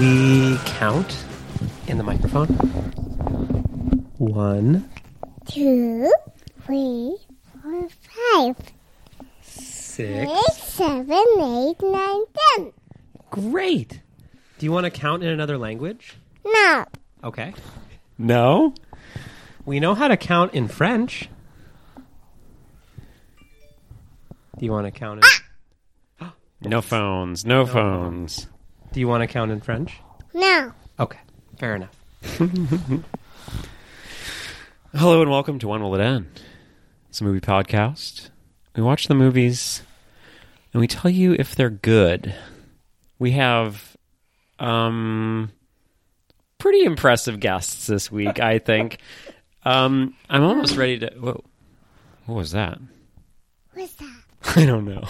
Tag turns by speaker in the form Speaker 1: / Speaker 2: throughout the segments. Speaker 1: we count in the microphone? One,
Speaker 2: two, three, four, five,
Speaker 1: six.
Speaker 2: six, seven, eight, nine, ten.
Speaker 1: Great. Do you want to count in another language?
Speaker 2: No,
Speaker 1: Okay.
Speaker 3: No?
Speaker 1: We know how to count in French. Do you want to count in
Speaker 3: No phones. No, phones.
Speaker 1: Do you want to count in French?
Speaker 2: no.
Speaker 1: Okay. Fair enough.
Speaker 3: Hello and welcome to When Will It End? It's a movie podcast. We watch the movies and we tell you if they're good. We have um pretty impressive guests this week, I think. Um I'm almost ready to whoa. What was that?
Speaker 2: What's that?
Speaker 3: I don't know.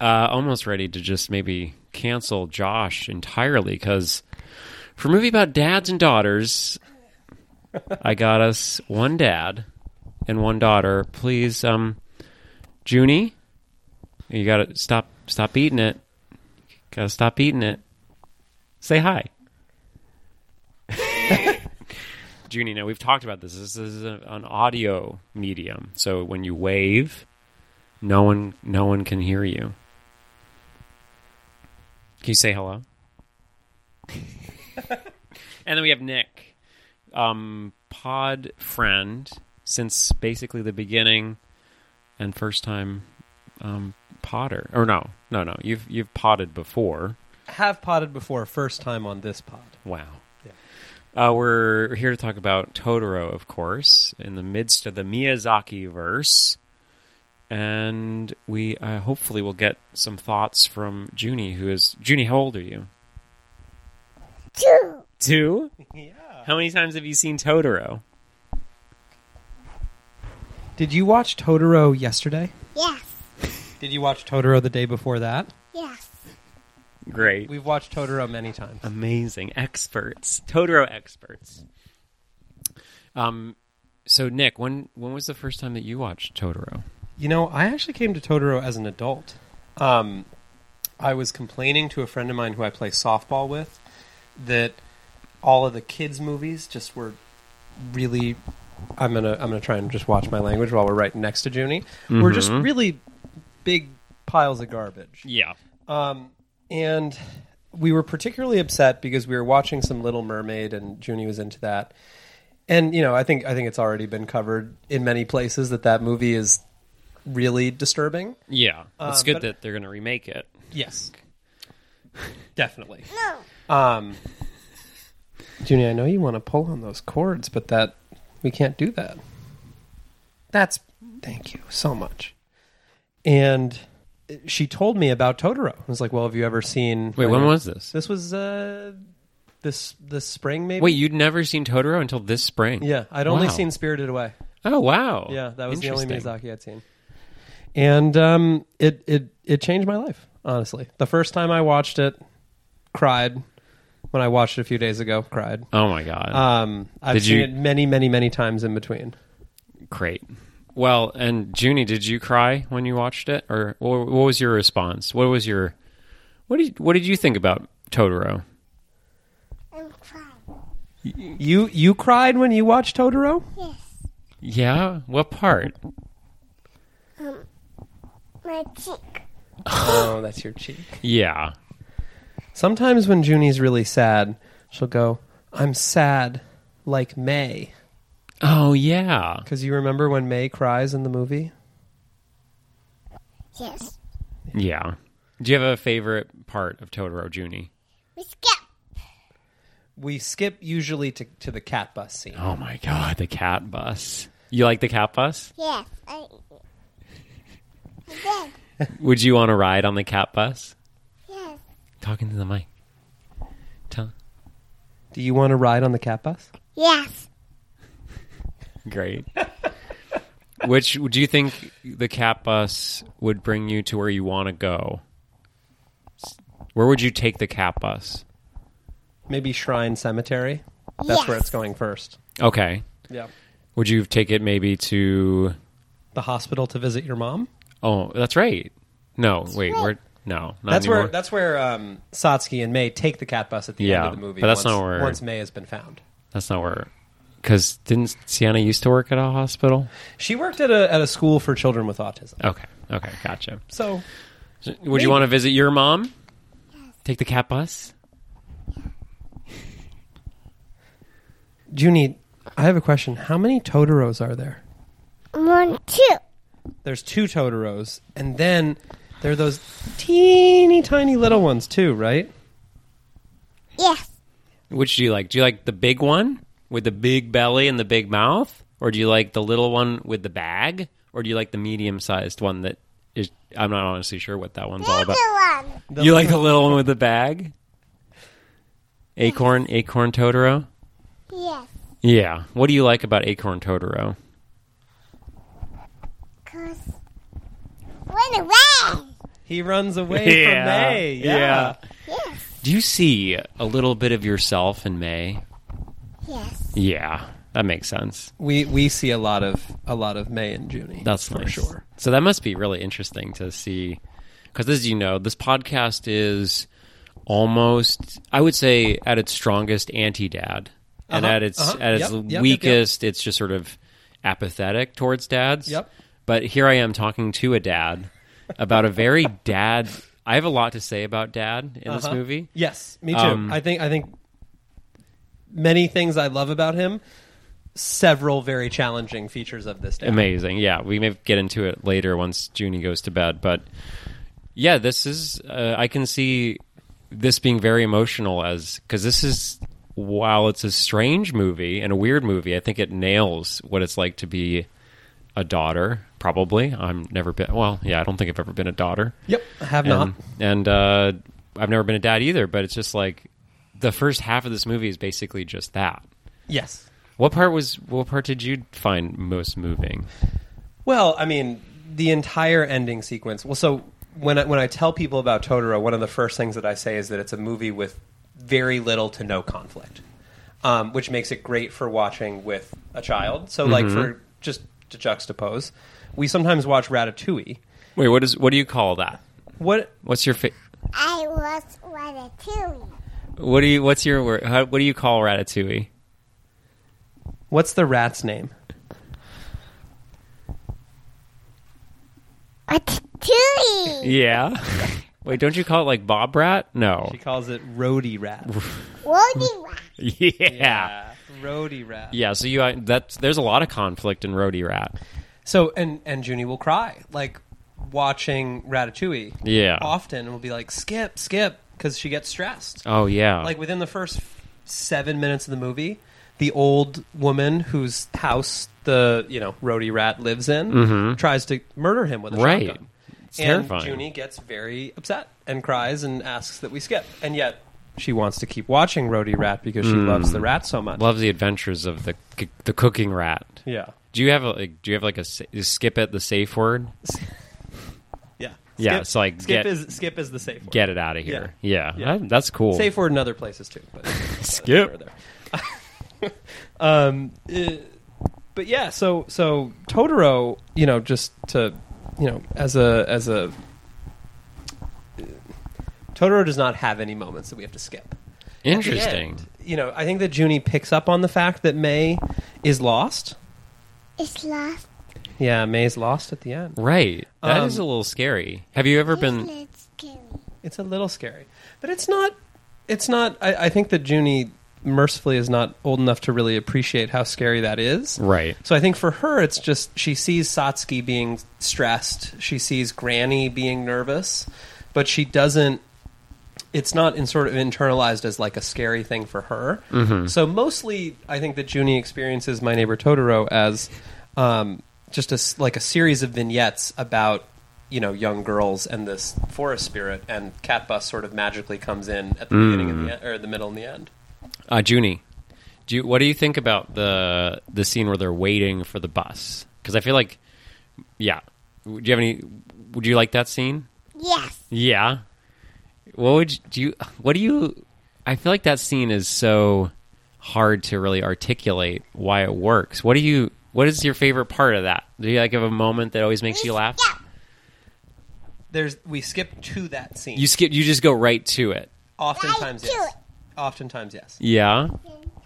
Speaker 3: uh, almost ready to just maybe cancel Josh entirely because for a movie about dads and daughters, I got us one dad and one daughter. Please, um, Junie, you gotta stop stop eating it. Gotta stop eating it. Say hi. Junie, now we've talked about this. This is a, an audio medium. So when you wave, no one, no one can hear you. Can you say hello? and then we have Nick, um, pod friend since basically the beginning, and first time um, podder. Or no, no, no. You've you've potted before.
Speaker 1: Have potted before, first time on this pod.
Speaker 3: Wow. Uh, we're here to talk about Totoro, of course, in the midst of the Miyazaki verse. And we uh, hopefully will get some thoughts from Junie, who is. Junie, how old are you?
Speaker 2: Two.
Speaker 3: Two?
Speaker 1: Uh,
Speaker 3: Yeah. How many times have you seen Totoro?
Speaker 1: Did you watch Totoro yesterday?
Speaker 2: Yes,
Speaker 1: Did you watch Totoro the day before that?
Speaker 2: yes.
Speaker 3: Great.
Speaker 1: We've watched Totoro many times.
Speaker 3: Amazing. Experts. Totoro experts. Um, so, Nick, when, when was the first time that you watched Totoro?
Speaker 1: You know, I actually came to Totoro as an adult. Um, I was complaining to a friend of mine who I play softball with that all of the kids' movies just were really. I'm gonna I'm gonna try and just watch my language while we're right next to Junie. We're just really big piles of garbage.
Speaker 3: Yeah.
Speaker 1: Um, and we were particularly upset because we were watching some Little Mermaid, and Junie was into that. And you know, I think I think it's already been covered in many places that that movie is really disturbing.
Speaker 3: Yeah. it's
Speaker 1: Um,
Speaker 3: good
Speaker 1: but-
Speaker 3: that they're going to remake it.
Speaker 1: Yes, definitely.
Speaker 2: No.
Speaker 1: Um, Junie, I know you want to pull on those cords, but that we can't do that. That's thank you so much. And she told me about Totoro. I was like, "Well, have you ever seen?"
Speaker 3: Wait, when was this?
Speaker 1: This was uh this this spring maybe.
Speaker 3: Wait, you'd never seen Totoro until this spring?
Speaker 1: yeah, I'd only
Speaker 3: Wow.
Speaker 1: seen Spirited Away.
Speaker 3: Oh wow!
Speaker 1: Yeah, that was the only
Speaker 3: Interesting.
Speaker 1: Miyazaki I'd seen. And um it it it changed my life, honestly. The first time I watched it, cried. When I watched it a few days ago, cried.
Speaker 3: Oh my god!
Speaker 1: Um I've
Speaker 3: Did
Speaker 1: seen
Speaker 3: you-
Speaker 1: it many many many times in between.
Speaker 3: Great. Well, and Junie, did you cry when you watched it, or wha- what was your response? What was your what did what did you think about Totoro?
Speaker 2: I'm crying.
Speaker 1: You you cried when you watched Totoro?
Speaker 2: Yes.
Speaker 3: Yeah, what part?
Speaker 2: Um, my cheek.
Speaker 1: oh, that's your cheek.
Speaker 3: Yeah,
Speaker 1: Sometimes when Junie's really sad, she'll go, "I'm sad like May."
Speaker 3: oh yeah,
Speaker 1: Because you remember when May cries in the movie?
Speaker 2: Yes.
Speaker 3: yeah. Do you have a favorite part of Totoro, Junie?
Speaker 2: We skip.
Speaker 1: We skip usually to, to the cat bus scene.
Speaker 3: Oh my god, the cat bus. You like the cat bus?
Speaker 2: Yes. I. I did.
Speaker 3: Would you want to ride on the cat bus?
Speaker 2: Yes.
Speaker 3: Talking to the mic. Tell.
Speaker 1: Do you want to ride on the cat bus?
Speaker 2: Yes.
Speaker 3: Great. Which do you think the cat bus would bring you to where you want to go? Where would you take the cat bus?
Speaker 1: Maybe Shrine Cemetery? That's where
Speaker 2: Yes.
Speaker 1: it's going first.
Speaker 3: Okay.
Speaker 1: Yeah.
Speaker 3: Would you take it maybe to?
Speaker 1: The hospital to visit your mom?
Speaker 3: Oh, that's right. No, wait.
Speaker 2: right.
Speaker 3: Where? No, not
Speaker 1: That's
Speaker 3: anymore.
Speaker 1: where that's where um, Satsuki and May take the cat bus at the end
Speaker 3: Yeah,
Speaker 1: of the movie.
Speaker 3: but that's
Speaker 1: once,
Speaker 3: not where-
Speaker 1: once May has been found.
Speaker 3: That's not where. Because didn't Sienna used to work at a hospital?
Speaker 1: She worked at a at a school for children with autism.
Speaker 3: Okay. Okay. Gotcha.
Speaker 1: So
Speaker 3: Would you want to visit your mom? Take the cat bus?
Speaker 1: Junie, I have a question. How many Totoros are there?
Speaker 2: One, two.
Speaker 1: There's two Totoros, and then there are those teeny tiny little ones too, right?
Speaker 2: Yes.
Speaker 3: Which do you like? Do you like the big one with the big belly and the big mouth? Or do you like the little one with the bag? Or do you like the medium sized one that is. I'm not honestly sure what that one's all
Speaker 2: Bigger
Speaker 3: about.
Speaker 2: one.
Speaker 3: You like the little one with the bag? Acorn? Acorn Totoro?
Speaker 2: Yes.
Speaker 3: Yeah. What do you like about Acorn Totoro?
Speaker 2: Cause went away.
Speaker 1: He runs away from May. Yeah.
Speaker 2: Yes.
Speaker 3: Do you see a little bit of yourself in May?
Speaker 2: Yes.
Speaker 3: Yeah, that makes sense.
Speaker 1: We we see a lot of a lot of May and Junie.
Speaker 3: That's
Speaker 1: for
Speaker 3: nice.
Speaker 1: sure.
Speaker 3: So that must be really interesting to see, because as you know, this podcast is almost, I would say, at its strongest anti-dad, and
Speaker 1: Uh-huh,
Speaker 3: at its
Speaker 1: uh-huh.
Speaker 3: at its
Speaker 1: Yep, yep, yep, yep.
Speaker 3: weakest, it's just sort of apathetic towards dads.
Speaker 1: Yep.
Speaker 3: But here I am talking to a dad about a very dad. I have a lot to say about dad in this
Speaker 1: Uh-huh.
Speaker 3: movie.
Speaker 1: Yes, me too.
Speaker 3: Um,
Speaker 1: I think I think many things I love about him. Several very challenging features of this. Dad.
Speaker 3: Amazing. Yeah, we may get into it later once Junie goes to bed, but yeah, this is uh, I can see this being very emotional as cuz this is while it's a strange movie and a weird movie, I think it nails what it's like to be a daughter, probably. I'm never been well, yeah, I don't think I've ever been a daughter.
Speaker 1: Yep, I have not.
Speaker 3: And, and uh, I've never been a dad either, but it's just like the first half of this movie is basically just that.
Speaker 1: Yes.
Speaker 3: What part was what part did you find most moving?
Speaker 1: Well, I mean, the entire ending sequence. Well, so when I, when I tell people about Totoro, one of the first things that I say is that it's a movie with very little to no conflict, um, which makes it great for watching with a child. So, like for just to juxtapose, we sometimes watch Ratatouille.
Speaker 3: Wait, what is what do you call that?
Speaker 1: What
Speaker 3: What's your fa-
Speaker 2: I was ratatouille.
Speaker 3: what do you what's your wor- how, what do you call ratatouille?
Speaker 1: what's the rat's name?
Speaker 2: Ratatouille.
Speaker 3: Yeah. Wait, don't you call it like Bob Rat? No.
Speaker 1: She calls it Rody Rat.
Speaker 2: Woody rat.
Speaker 3: Yeah. yeah.
Speaker 1: Yeah, Rody Rat.
Speaker 3: so you uh, that's there's a lot of conflict in Roadie Rat.
Speaker 1: So and and Junie will cry like watching Ratatouille.
Speaker 3: Yeah.
Speaker 1: Often and will be like skip skip because she gets stressed.
Speaker 3: Oh yeah.
Speaker 1: Like within the first seven minutes of the movie, the old woman whose house the you know Rody Rat lives in tries to murder him with a
Speaker 3: Mm-hmm. Right.
Speaker 1: shotgun.
Speaker 3: It's
Speaker 1: and
Speaker 3: terrifying.
Speaker 1: Junie gets very upset and cries and asks that we skip. And yet she wants to keep watching Rody Rat because she
Speaker 3: Hmm.
Speaker 1: loves the rat so much.
Speaker 3: loves the adventures of the c- the cooking rat.
Speaker 1: yeah.
Speaker 3: Do you have a like, do you have like a s- is skip it the safe word?
Speaker 1: Yeah.
Speaker 3: Yeah,
Speaker 1: Skip-
Speaker 3: so, like,
Speaker 1: skip
Speaker 3: get-
Speaker 1: is skip is the safe word.
Speaker 3: Get it out of here. Yeah.
Speaker 1: Yeah.
Speaker 3: That- that's cool.
Speaker 1: safe word in other places too. But
Speaker 3: skip.
Speaker 1: further. um, uh, but yeah, so so Totoro, you know, just to you know, as a as a Totoro does not have any moments that we have to skip. At the
Speaker 3: Interesting.
Speaker 1: end, you know, I think that Junie picks up on the fact that May is lost.
Speaker 2: It's lost.
Speaker 1: Yeah, May's lost at the end.
Speaker 3: Right. That is
Speaker 1: Um,
Speaker 3: a little scary. Have you ever been
Speaker 2: It's scary.
Speaker 1: It's a little scary, but it's not. It's not. I, I think that Junie mercifully is not old enough to really appreciate how scary that is.
Speaker 3: Right.
Speaker 1: So I think for her, it's just she sees Satsuki being stressed, she sees Granny being nervous, but she doesn't. It's not in sort of internalized as like a scary thing for her. So mostly, I think that Junie experiences My Neighbor Totoro as um, just a s like a series of vignettes about you know young girls and this forest spirit, and Cat Bus sort of magically comes in at the beginning and the e- or the middle and the end.
Speaker 3: Uh, Junie, do you, what do you think about the the scene where they're waiting for the bus? Because I feel like, yeah. Do you have any? Would you like that scene?
Speaker 2: Yes.
Speaker 3: Yeah. What would you, do you? What do you? I feel like that scene is so hard to really articulate why it works. What do you? What is your favorite part of that? Do you like have a moment that always makes you laugh?
Speaker 2: Yeah.
Speaker 1: There's we skip to that scene.
Speaker 3: You skip. You just go right to it.
Speaker 1: Oftentimes,
Speaker 2: Right to
Speaker 1: yes.
Speaker 2: it.
Speaker 1: Oftentimes, yes.
Speaker 3: Yeah.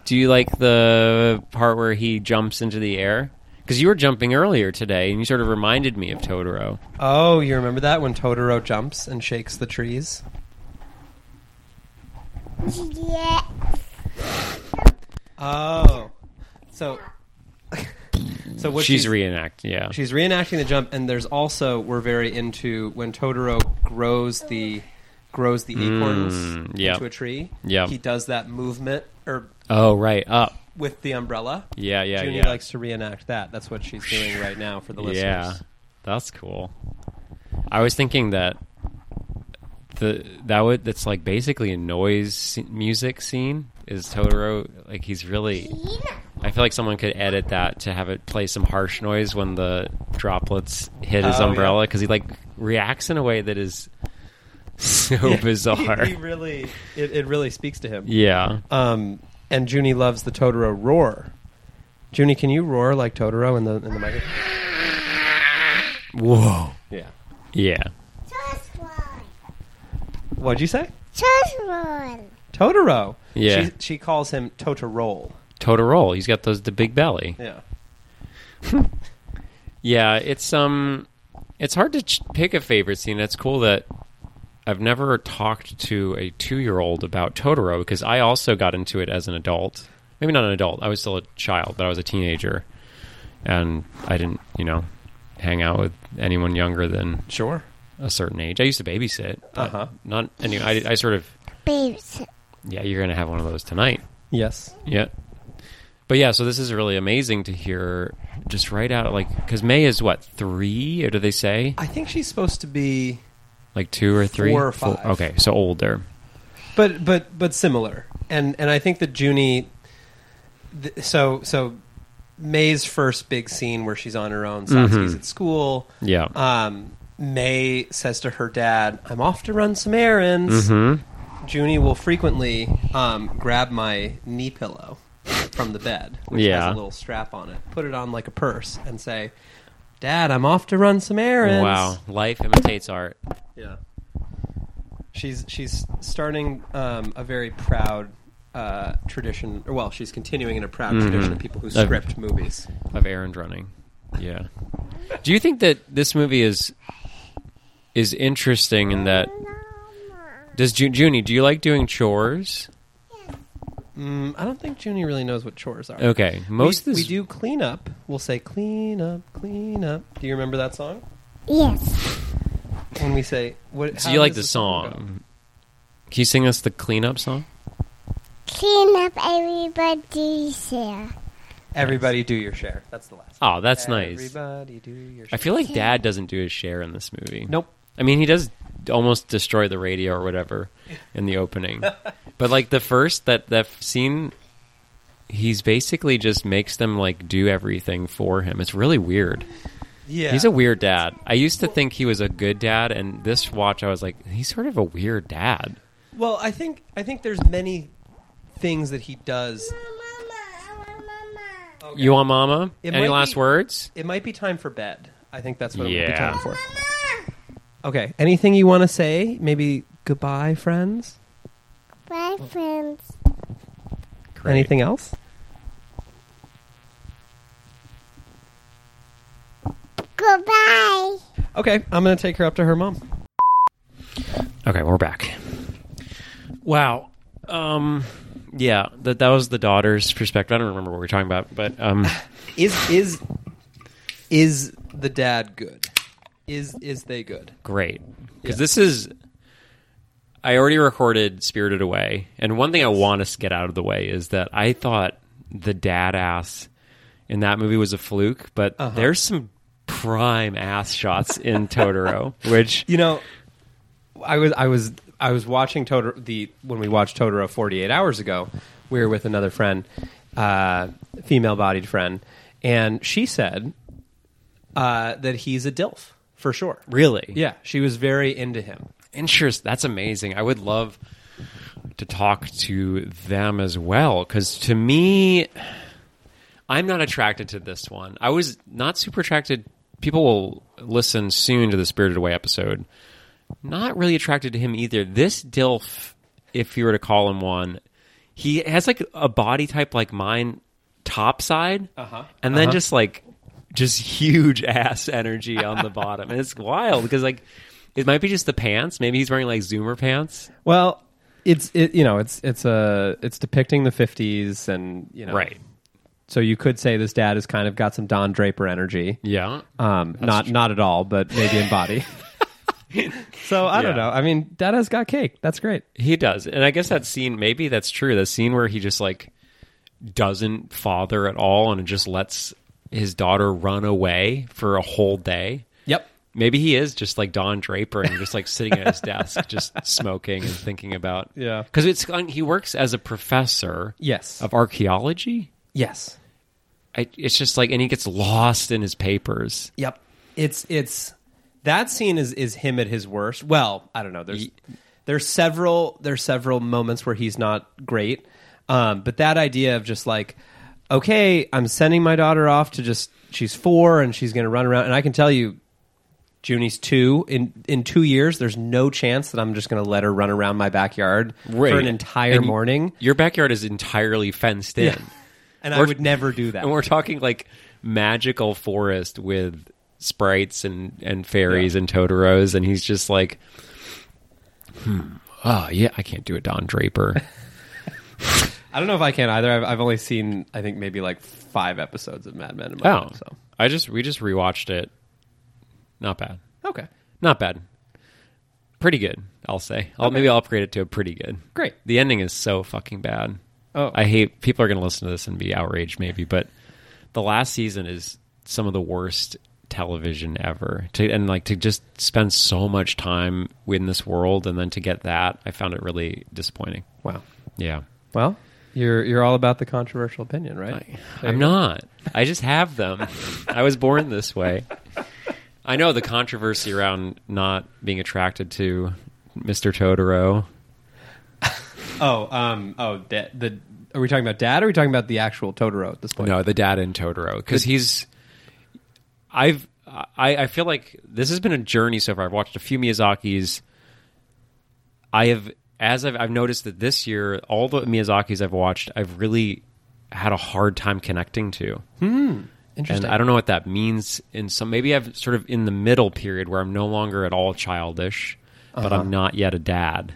Speaker 3: Do you like the part where he jumps into the air? Because you were jumping earlier today, and you sort of reminded me of Totoro.
Speaker 1: Oh, you remember that when Totoro jumps and shakes the trees?
Speaker 2: Yeah.
Speaker 1: Oh, so so what
Speaker 3: she's
Speaker 1: she's
Speaker 3: reenact. Yeah.
Speaker 1: she's reenacting the jump, and there's also we're very into when Totoro grows the grows the acorns
Speaker 3: Mm, yep.
Speaker 1: into a tree.
Speaker 3: Yep.
Speaker 1: he does that movement or
Speaker 3: oh right. Up.
Speaker 1: with the umbrella.
Speaker 3: Yeah. Yeah.
Speaker 1: Junie
Speaker 3: yeah.
Speaker 1: likes to reenact that. That's what she's doing right now for the listeners.
Speaker 3: yeah. That's cool. I was thinking that the that would that's like basically a noise se- music scene is Totoro like he's really
Speaker 2: Tina.
Speaker 3: I feel like someone could edit that to have it play some harsh noise when the droplets hit his
Speaker 1: Oh,
Speaker 3: umbrella
Speaker 1: yeah.
Speaker 3: because he like reacts in a way that is so bizarre.
Speaker 1: he, he really, it, it really speaks to him.
Speaker 3: yeah.
Speaker 1: Um, and Junie loves the Totoro roar. Junie, can you roar like Totoro in the in the microphone?
Speaker 3: Whoa.
Speaker 1: Yeah.
Speaker 3: Yeah.
Speaker 2: Just one.
Speaker 1: What'd you say?
Speaker 2: Just one.
Speaker 1: Totoro.
Speaker 3: Yeah.
Speaker 1: She, she calls him Totoroll.
Speaker 3: Totoroll. He's got those the big belly.
Speaker 1: Yeah.
Speaker 3: Yeah. It's um, it's hard to ch- pick a favorite scene. It's cool that I've never talked to a two year old about Totoro because I also got into it as an adult. Maybe not an adult. I was still a child, but I was a teenager, and I didn't, you know, hang out with anyone younger than
Speaker 1: Sure.
Speaker 3: a certain age. I used to babysit. but
Speaker 1: Uh-huh.
Speaker 3: Not any. I, I sort of.
Speaker 2: Babes.
Speaker 3: Yeah, you're gonna have one of those tonight.
Speaker 1: Yes.
Speaker 3: Yeah. But yeah, so this is really amazing to hear just right out, like, because May is what, three? Or do they say?
Speaker 1: I think she's supposed to be,
Speaker 3: Like two or three?
Speaker 1: Four or five.
Speaker 3: okay, so older.
Speaker 1: but but but similar. And and I think that Junie. Th- so so, May's first big scene where she's on her own. Satsuki's at school.
Speaker 3: Yeah.
Speaker 1: Um, May says to her dad, "I'm off to run some errands."
Speaker 3: Mm-hmm.
Speaker 1: Junie will frequently um, grab my knee pillow from the bed, which
Speaker 3: Yeah.
Speaker 1: has a little strap on it, put it on like a purse, and say, "Dad, I'm off to run some errands."
Speaker 3: Wow. Life imitates art.
Speaker 1: Yeah. She's she's starting um, a very proud uh, tradition, or well, she's continuing in a proud tradition of people who
Speaker 3: Mm-hmm. Of-
Speaker 1: script movies.
Speaker 3: of errand running. Yeah. Do you think that this movie is is interesting in that
Speaker 2: Mama.
Speaker 3: does Ju- Junie? Do you like doing chores?
Speaker 1: Mm, I don't think Junie really knows what chores are.
Speaker 3: Okay, most
Speaker 1: we,
Speaker 3: of this,
Speaker 1: we do clean up. We'll say clean up, clean up. Do you remember that song?
Speaker 2: Yes.
Speaker 1: When we say what?
Speaker 3: So
Speaker 1: how
Speaker 3: you like
Speaker 1: does
Speaker 3: the
Speaker 1: go?
Speaker 3: song? Can you sing us the cleanup song?
Speaker 2: Clean up everybody's hair.
Speaker 1: Everybody do your share. That's the last.
Speaker 3: Oh, that's nice.
Speaker 1: Everybody do your
Speaker 3: I
Speaker 1: share.
Speaker 3: feel like Dad doesn't do his share in this movie.
Speaker 1: Nope.
Speaker 3: I mean, he does almost destroy the radio or whatever in the opening, but like the first that that scene, he's basically just makes them like do everything for him. It's really weird.
Speaker 1: Yeah.
Speaker 3: He's a weird dad. I used to think he was a good dad, and this watch, I was like, he's sort of a weird dad.
Speaker 1: well, I think I think there's many things that he does.
Speaker 2: Mama, our mama.
Speaker 1: Okay.
Speaker 3: You want mama?
Speaker 1: It
Speaker 3: Any
Speaker 1: might
Speaker 3: last
Speaker 1: be-
Speaker 3: words?
Speaker 1: it might be time for bed. I think that's what it would be
Speaker 3: Yeah.
Speaker 1: time for.
Speaker 2: Mama.
Speaker 1: Okay. Anything you want to say? Maybe goodbye, friends.
Speaker 2: Bye, friends.
Speaker 3: Great.
Speaker 1: Anything else?
Speaker 2: Goodbye.
Speaker 1: Okay, I'm gonna take her up to her mom.
Speaker 3: Okay, we're back. Wow. Um. Yeah, that that was the daughter's perspective. I don't remember what we were talking about, but um,
Speaker 1: Is is is the dad good? Is is they good?
Speaker 3: great because
Speaker 1: Yeah.
Speaker 3: this is. I already recorded Spirited Away, and one thing I want us to get out of the way is that I thought the dad ass in that movie was a fluke, but
Speaker 1: Uh-huh.
Speaker 3: there's some prime ass shots in Totoro, which
Speaker 1: You know, I was I was I was watching Totoro the when we watched Totoro 48 hours ago. We were with another friend, uh, female-bodied friend, and she said uh, that he's a dilf for sure.
Speaker 3: really,
Speaker 1: Yeah, she was very into him.
Speaker 3: interest. That's amazing. I would love to talk to them as well because to me, I'm not attracted to this one. I was not super attracted. People will listen soon to the Spirited Away episode Not really attracted to him either. This Dilf, if you were to call him one, he has like a body type like mine, top side,
Speaker 1: Uh-huh.
Speaker 3: and then just like just huge ass energy on the bottom. And it's wild because like it might be just the pants. Maybe he's wearing like Zoomer pants.
Speaker 1: Well, it's it, you know it's it's a it's depicting the fifties and you know So you could say this dad has kind of got some Don Draper energy.
Speaker 3: Yeah.
Speaker 1: Um, not not at all, but maybe in body. so I don't
Speaker 3: Yeah.
Speaker 1: know. I mean, Dada's got cake. That's great.
Speaker 3: He does. And I guess that scene, maybe that's true. That scene where he just like doesn't father at all and just lets his daughter run away for a whole day.
Speaker 1: Yep.
Speaker 3: Maybe he is just like Don Draper and just like sitting at his desk, just smoking and thinking about.
Speaker 1: Yeah.
Speaker 3: Because it's he works as a professor
Speaker 1: Yes.
Speaker 3: of archaeology.
Speaker 1: Yes.
Speaker 3: I, it's just like, and he gets lost in his papers.
Speaker 1: Yep. It's it's that scene is is him at his worst. Well, I don't know. There's there's several there's several moments where he's not great. Um, but that idea of just like, okay, I'm sending my daughter off to just she's four and she's gonna run around and I can tell you Junie's two in in two years. There's no chance that I'm just going to let her run around my backyard for an entire
Speaker 3: And
Speaker 1: morning,
Speaker 3: Your backyard is entirely fenced in.
Speaker 1: and I
Speaker 3: Or-
Speaker 1: would never do that.
Speaker 3: And we're talking like magical forest with sprites and, and fairies and Totoros. And he's just like, hmm, oh, yeah, I can't do a Don Draper.
Speaker 1: I don't know if I can either. I've, I've only seen I think maybe like five episodes of Mad Men in my
Speaker 3: oh.
Speaker 1: life. So
Speaker 3: I just, we just rewatched it. Not bad.
Speaker 1: okay,
Speaker 3: Not bad. Pretty good, I'll say. I'll, Maybe I'll upgrade it to a pretty good.
Speaker 1: Great.
Speaker 3: The ending is so fucking bad.
Speaker 1: Oh.
Speaker 3: I hate people are going to listen to this and be outraged, maybe, but the last season is some of the worst television ever. To, and like to just spend so much time in this world and then to get that, I found it really disappointing.
Speaker 1: wow.
Speaker 3: Yeah.
Speaker 1: Well, you're you're all about the controversial opinion, right? There
Speaker 3: I'm
Speaker 1: you go.
Speaker 3: not. I just have them. I was born this way. I know the controversy around not being attracted to Mr. Totoro.
Speaker 1: Oh, um, oh, da- the are we talking about dad? Or are we talking about the actual Totoro at this point?
Speaker 3: No, the dad in Totoro because he's. I've I, I feel like this has been a journey so far. I've watched a few Miyazaki's. I have as I've I've noticed that this year all the Miyazaki's I've watched I've really had a hard time connecting to.
Speaker 1: interesting.
Speaker 3: and I don't know what that means. In some, maybe I'm sort of in the middle period where I'm no longer at all childish, but
Speaker 1: Uh-huh.
Speaker 3: I'm not yet a dad.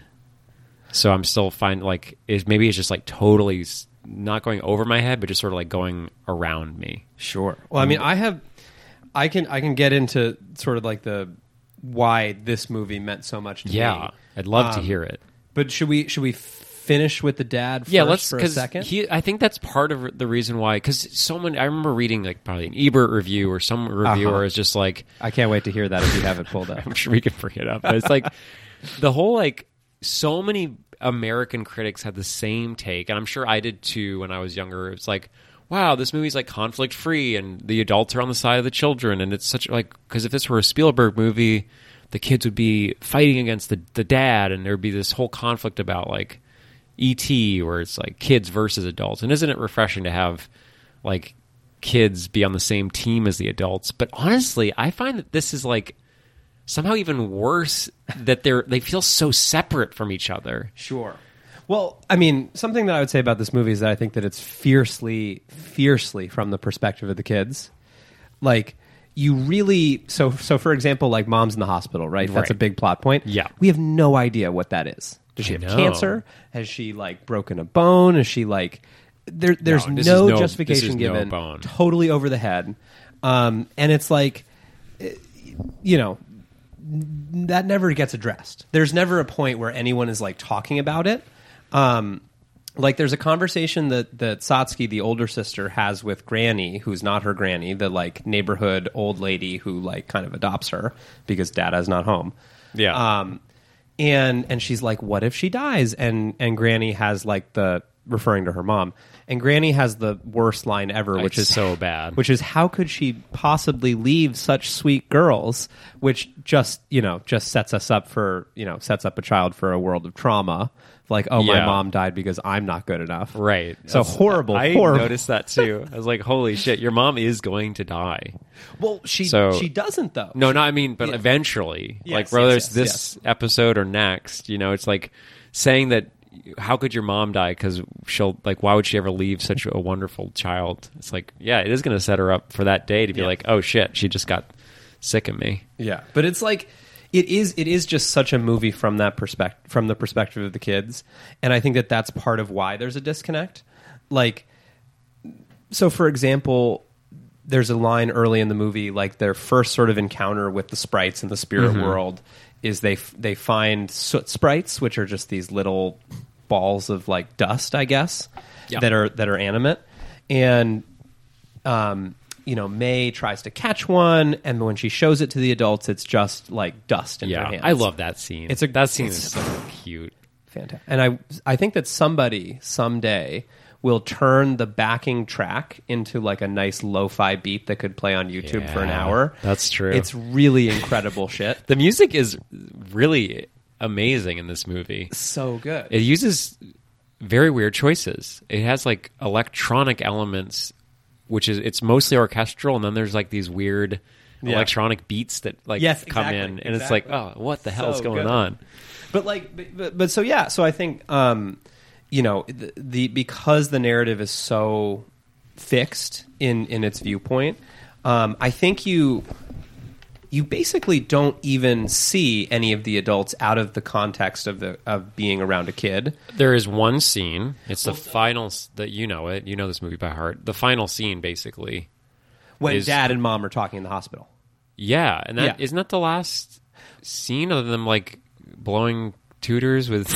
Speaker 3: So I'm still find like is maybe it's just like totally s- not going over my head, but just sort of like going around me.
Speaker 1: Sure. Well, I mean, I have, I can, I can get into sort of like the why this movie meant so much to me.
Speaker 3: Yeah, I'd love to
Speaker 1: Um,
Speaker 3: hear it.
Speaker 1: But should we should we finish with the dad? First
Speaker 3: Yeah, let's
Speaker 1: for a second.
Speaker 3: he. I think that's part of the reason why. Because someone I remember reading like probably an Ebert review or some
Speaker 1: Uh-huh.
Speaker 3: reviewer is just like
Speaker 1: I can't wait to hear that if you have it pulled up.
Speaker 3: I'm sure we can bring it up. But it's like the whole like so many American critics had the same take, and I'm sure I did too when I was younger. It's like, wow, this movie's like conflict free, and the adults are on the side of the children, and it's such like because if this were a Spielberg movie, the kids would be fighting against the the dad, and there'd be this whole conflict about like E.T., where it's like kids versus adults, and isn't it refreshing to have like kids be on the same team as the adults? But honestly, I find that this is like somehow even worse that they're they feel so separate from each other.
Speaker 1: Sure. Well, I mean, something that I would say about this movie is that I think that it's fiercely, fiercely from the perspective of the kids. Like, you really so so. For example, like mom's in the hospital, right? That's a
Speaker 3: Right.
Speaker 1: big plot point.
Speaker 3: Yeah.
Speaker 1: we have no idea what that is. Does she
Speaker 3: I
Speaker 1: have
Speaker 3: know.
Speaker 1: cancer? Has she like broken a bone? Is she like there? There's
Speaker 3: No,
Speaker 1: no,
Speaker 3: this is no- this is
Speaker 1: justification
Speaker 3: no
Speaker 1: given.
Speaker 3: bone.
Speaker 1: Totally over the head, um, and it's like, eh, you know, that never gets addressed. There's never a point where anyone is like talking about it. Um, like there's a conversation that that Satsuki, the older sister, has with Granny, who's not her granny, the like neighborhood old lady who like kind of adopts her because Dada's not home.
Speaker 3: Yeah.
Speaker 1: Um, and and she's like, "What if she dies?" And and Granny has like the referring to her mom. And Granny has the worst line ever, which
Speaker 3: It's
Speaker 1: is
Speaker 3: so bad.
Speaker 1: Which is how could she possibly leave such sweet girls? Which just you know just sets us up for you know sets up a child for a world of trauma. Like oh my
Speaker 3: Yeah.
Speaker 1: mom died because I'm not good enough.
Speaker 3: Right.
Speaker 1: So
Speaker 3: That's-
Speaker 1: horrible.
Speaker 3: I
Speaker 1: horrible.
Speaker 3: noticed that too. I was like, holy shit, your mom is going to die.
Speaker 1: Well, she
Speaker 3: So-
Speaker 1: she doesn't though.
Speaker 3: No, no, I mean, but eventually,
Speaker 1: Yes,
Speaker 3: like whether
Speaker 1: yes,
Speaker 3: it's
Speaker 1: yes,
Speaker 3: this episode or next, you know, it's like saying that how could your mom die? Because she'll like, why would she ever leave such a wonderful child? It's like, yeah, it is going to set her up for that day to be
Speaker 1: Yeah.
Speaker 3: like, oh shit, she just got sick of me.
Speaker 1: Yeah, but it's like it is it is just such a movie from that perspective from the perspective of the kids, and I think that that's part of why there's a disconnect. Like, so for example, there's a line early in the movie, like their first sort of encounter with the sprites in the spirit world is they f- they find soot sprites, which are just these little balls of like dust, I guess,
Speaker 3: Yeah.
Speaker 1: that are that are animate, and um, you know, May tries to catch one, and when she shows it to the adults, it's just like dust in her
Speaker 3: Yeah,
Speaker 1: hands.
Speaker 3: I love that scene.
Speaker 1: It's a-
Speaker 3: that scene
Speaker 1: it's-
Speaker 3: is so cute.
Speaker 1: fantastic. And I, I think that somebody someday will turn the backing track into like a nice lo-fi beat that could play on YouTube for an
Speaker 3: Yeah,
Speaker 1: hour.
Speaker 3: that's true.
Speaker 1: It's really incredible shit.
Speaker 3: The music is really amazing in this movie.
Speaker 1: So good.
Speaker 3: it uses very weird choices. It has like electronic elements, which is it's mostly orchestral, and then there's like these weird
Speaker 1: Yeah.
Speaker 3: electronic beats that like
Speaker 1: Yes,
Speaker 3: come
Speaker 1: exactly,
Speaker 3: in, and it's like, oh,
Speaker 1: exactly.
Speaker 3: what the hell's
Speaker 1: So
Speaker 3: going
Speaker 1: good.
Speaker 3: on?
Speaker 1: but like but, but, but so yeah so i think um you know the, the because the narrative is so fixed in in its viewpoint um i think you you basically don't even see any of the adults out of the context of the of being around a kid
Speaker 3: There is one scene. It's the final s- that you know it. You know this movie by heart. The final scene, basically.
Speaker 1: when
Speaker 3: Is-
Speaker 1: dad and mom are talking in the hospital
Speaker 3: Yeah, and that
Speaker 1: Yeah.
Speaker 3: not that the last scene of them like blowing tutors with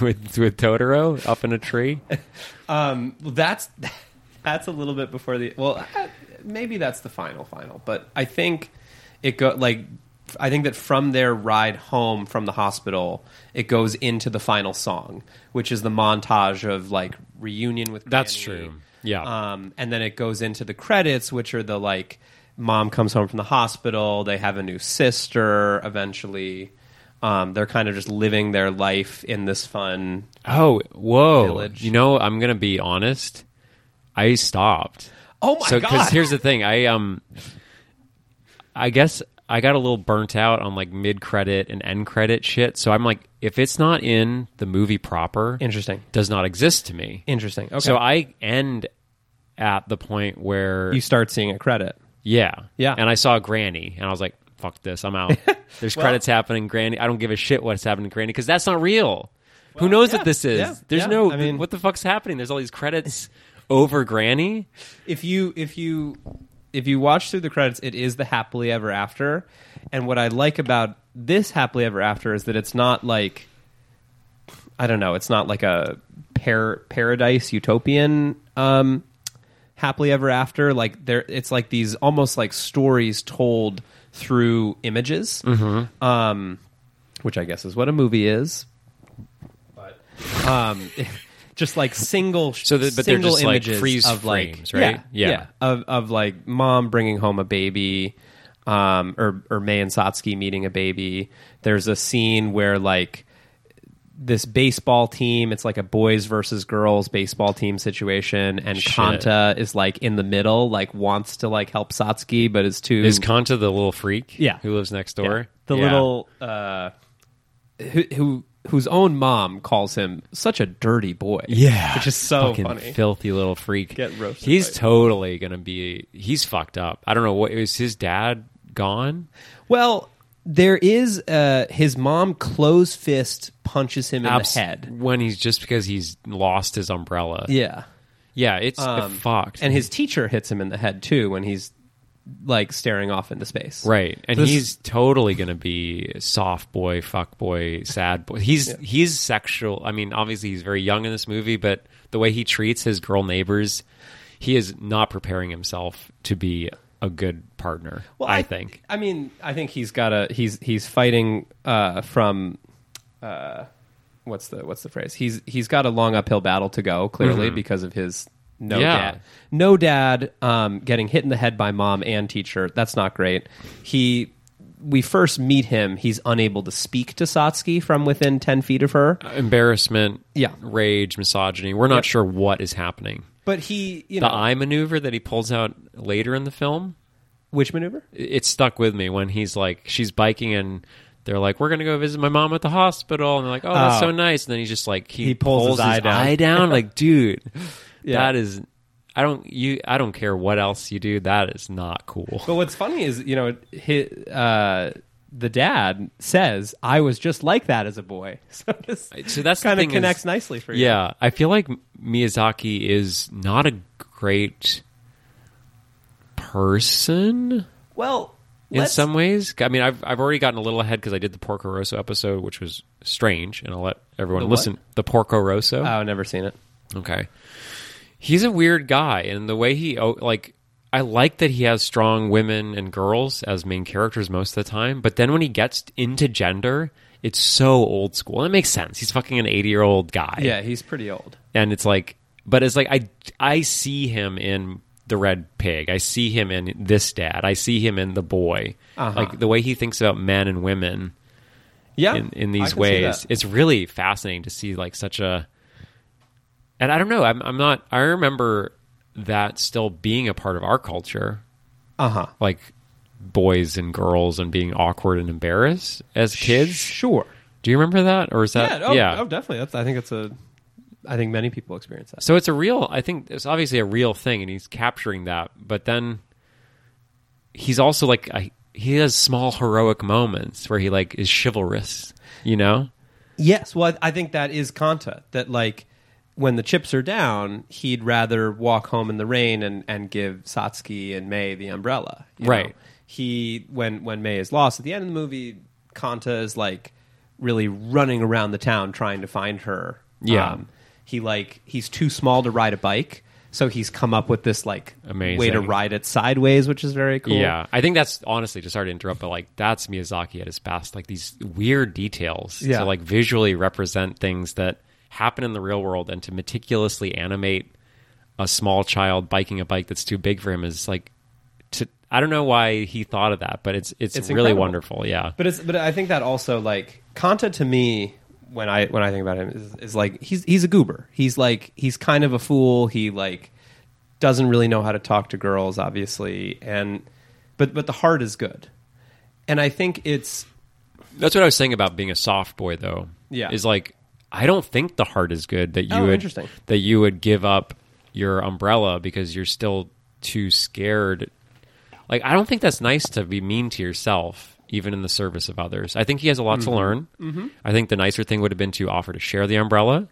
Speaker 3: with with Totoro up in a tree.
Speaker 1: um well, that's that's a little bit before the well uh, maybe that's the final final but i think it go like i think that from their ride home from the hospital it goes into the final song which is the montage of like reunion with
Speaker 3: That's
Speaker 1: Granny.
Speaker 3: true. Yeah.
Speaker 1: um and then it goes into the credits which are the like mom comes home from the hospital they have a new sister eventually um, they're kind of just living their life in this fun
Speaker 3: Oh, whoa.
Speaker 1: Village.
Speaker 3: You know, I'm going to be honest. I stopped.
Speaker 1: Oh my
Speaker 3: so,
Speaker 1: God.
Speaker 3: here's the thing. I um I guess I got a little burnt out on like mid credit and end credit shit. So I'm like if it's not in the movie proper,
Speaker 1: interesting
Speaker 3: does not exist to me.
Speaker 1: interesting okay
Speaker 3: So I end at the point where
Speaker 1: you start seeing a credit
Speaker 3: yeah.
Speaker 1: Yeah.
Speaker 3: And I saw Granny and I was like fuck this. I'm out. There's credits happening Granny. I don't give a shit what's happening to Granny cuz that's not real. Who knows
Speaker 1: yeah,
Speaker 3: what this is?
Speaker 1: yeah,
Speaker 3: There's
Speaker 1: yeah.
Speaker 3: no
Speaker 1: I mean-
Speaker 3: what the fuck's happening? There's all these credits over Granny.
Speaker 1: if you if you if you watch through the credits, it is the happily ever after. And what I like about this happily ever after is that it's not like I don't know, it's not like a par- paradise utopian um, happily ever after. Like there, it's like these almost like stories told through images, mm-hmm. um, which I guess is what a movie is. But um, just like single,
Speaker 3: So the- but they're
Speaker 1: single
Speaker 3: just, like,
Speaker 1: images
Speaker 3: freeze
Speaker 1: of like
Speaker 3: frames, right?
Speaker 1: Yeah,
Speaker 3: Yeah.
Speaker 1: yeah, of of like mom bringing home a baby um or or May and Sotsky meeting a baby there's a scene where like this baseball team it's like a boys versus girls baseball team situation and
Speaker 3: Shit.
Speaker 1: Kanta is like in the middle like wants to like help Sotsky but is too
Speaker 3: Is Kanta the little freak?
Speaker 1: Yeah.
Speaker 3: Who lives next
Speaker 1: Yeah.
Speaker 3: door?
Speaker 1: the
Speaker 3: Yeah.
Speaker 1: little uh who, who whose own mom calls him such a dirty boy
Speaker 3: Yeah.
Speaker 1: which is so
Speaker 3: Fucking
Speaker 1: funny
Speaker 3: filthy little freak.
Speaker 1: Get roasted
Speaker 3: He's
Speaker 1: by-
Speaker 3: totally going to be, he's fucked up. I don't know what, is his dad gone?
Speaker 1: Well, there is uh, his mom close fist punches him in
Speaker 3: Abs-
Speaker 1: the head.
Speaker 3: When he's just because he's lost his umbrella.
Speaker 1: Yeah.
Speaker 3: Yeah, it's
Speaker 1: Um,
Speaker 3: fucked.
Speaker 1: And his teacher hits him in the head too when he's like staring off into space.
Speaker 3: Right, and
Speaker 1: This-
Speaker 3: he's totally going to be soft boy, fuck boy, sad boy. He's he's sexual. I mean, obviously he's very young in this movie, but the way he treats his girl neighbors, he is not preparing himself to be a good partner. I, think.
Speaker 1: I mean, I think he's got a he's he's fighting uh, from uh, what's the what's the phrase? He's he's got a long uphill battle to go clearly because of his no
Speaker 3: Mm-hmm. Yeah.
Speaker 1: dad, no dad um, getting hit in the head by mom and teacher. That's not great. He we first meet him. He's unable to speak to Satsuki from within ten feet of her.
Speaker 3: Embarrassment,
Speaker 1: Yeah.
Speaker 3: rage, misogyny. We're not sure what is happening.
Speaker 1: But he, you
Speaker 3: The
Speaker 1: know,
Speaker 3: eye maneuver that he pulls out later in the film,
Speaker 1: which maneuver?
Speaker 3: it- it stuck with me when he's like, she's biking and they're like, we're going to go visit my mom at the hospital. And they're like, oh, that's
Speaker 1: Oh.
Speaker 3: so nice. And then he just like, he,
Speaker 1: He pulls his eye down.
Speaker 3: like, dude,
Speaker 1: Yeah.
Speaker 3: that is, I don't, you, I don't care what else you do. That is not cool.
Speaker 1: But what's funny is, you know, hi uh, the dad says, "I was just like that as a boy." So this
Speaker 3: So that's the
Speaker 1: kind of
Speaker 3: thing is-
Speaker 1: connects nicely for you.
Speaker 3: Yeah, I feel like Miyazaki is not a great person
Speaker 1: Well,
Speaker 3: in
Speaker 1: let's-
Speaker 3: some ways. I mean, I've I've already gotten a little ahead because I did the Porco Rosso episode, which was strange, and I'll let everyone
Speaker 1: The what?
Speaker 3: listen. The Porco Rosso.
Speaker 1: Oh, I've never seen it.
Speaker 3: Okay. He's a weird guy, and the way he oh, like, I like that he has strong women and girls as main characters most of the time. But then when he gets into gender, it's so old school. And it makes sense. He's fucking an eighty-year-old guy
Speaker 1: Yeah, he's pretty old.
Speaker 3: and it's like but it's like i i see him in the red pig i see him in this dad i see him in the boy
Speaker 1: Uh-huh.
Speaker 3: like the way he thinks about men and women
Speaker 1: Yeah,
Speaker 3: in, in
Speaker 1: I
Speaker 3: these
Speaker 1: can see
Speaker 3: ways
Speaker 1: that.
Speaker 3: it's really fascinating to see like such a and i don't know i'm, I'm not i remember that still being a part of our culture
Speaker 1: Uh huh.
Speaker 3: like boys and girls and being awkward and embarrassed as kids Uh,
Speaker 1: Sure.
Speaker 3: do you remember that or is that
Speaker 1: Yeah. Oh, oh, definitely. That's. I think it's a. I think many people experience that.
Speaker 3: So it's a real. I think it's obviously a real thing, and he's capturing that. But then he's also like I, he has small heroic moments where he like is chivalrous. You know,
Speaker 1: Yes. Well, I I think that is Kanta. That like when the chips are down, he'd rather walk home in the rain and and give Satsuki and May the umbrella. you know?
Speaker 3: Right.
Speaker 1: He when when May is lost at the end of the movie, Kanta is like really running around the town trying to find her. Um,
Speaker 3: Yeah.
Speaker 1: he like he's too small to ride a bike. So he's come up with this like way to
Speaker 3: Amazing.
Speaker 1: ride it sideways, which is very cool.
Speaker 3: yeah. I think that's honestly just sorry to interrupt, but like that's Miyazaki at his best. Like these weird details
Speaker 1: Yeah.
Speaker 3: to like visually represent things that happen in the real world, and to meticulously animate a small child biking a bike that's too big for him is like. To, I don't know why he thought of that, but it's it's,
Speaker 1: It's
Speaker 3: really
Speaker 1: incredible.
Speaker 3: wonderful. Yeah.
Speaker 1: But it's but I think that also like Kanta to me when I when I think about him is, is like he's he's a goober. He's like he's kind of a fool. He like doesn't really know how to talk to girls, obviously, and but but the heart is good, and I think it's
Speaker 3: That's what I was saying about being a soft boy, though.
Speaker 1: Yeah.
Speaker 3: is like I don't think the heart is good that you
Speaker 1: Oh,
Speaker 3: would
Speaker 1: interesting.
Speaker 3: that you would give up your umbrella because you're still too scared. Like I don't think that's nice to be mean to yourself, even in the service of others. I think he has a
Speaker 1: Mm-hmm.
Speaker 3: lot to learn. I think the nicer thing would have been to offer to share the umbrella.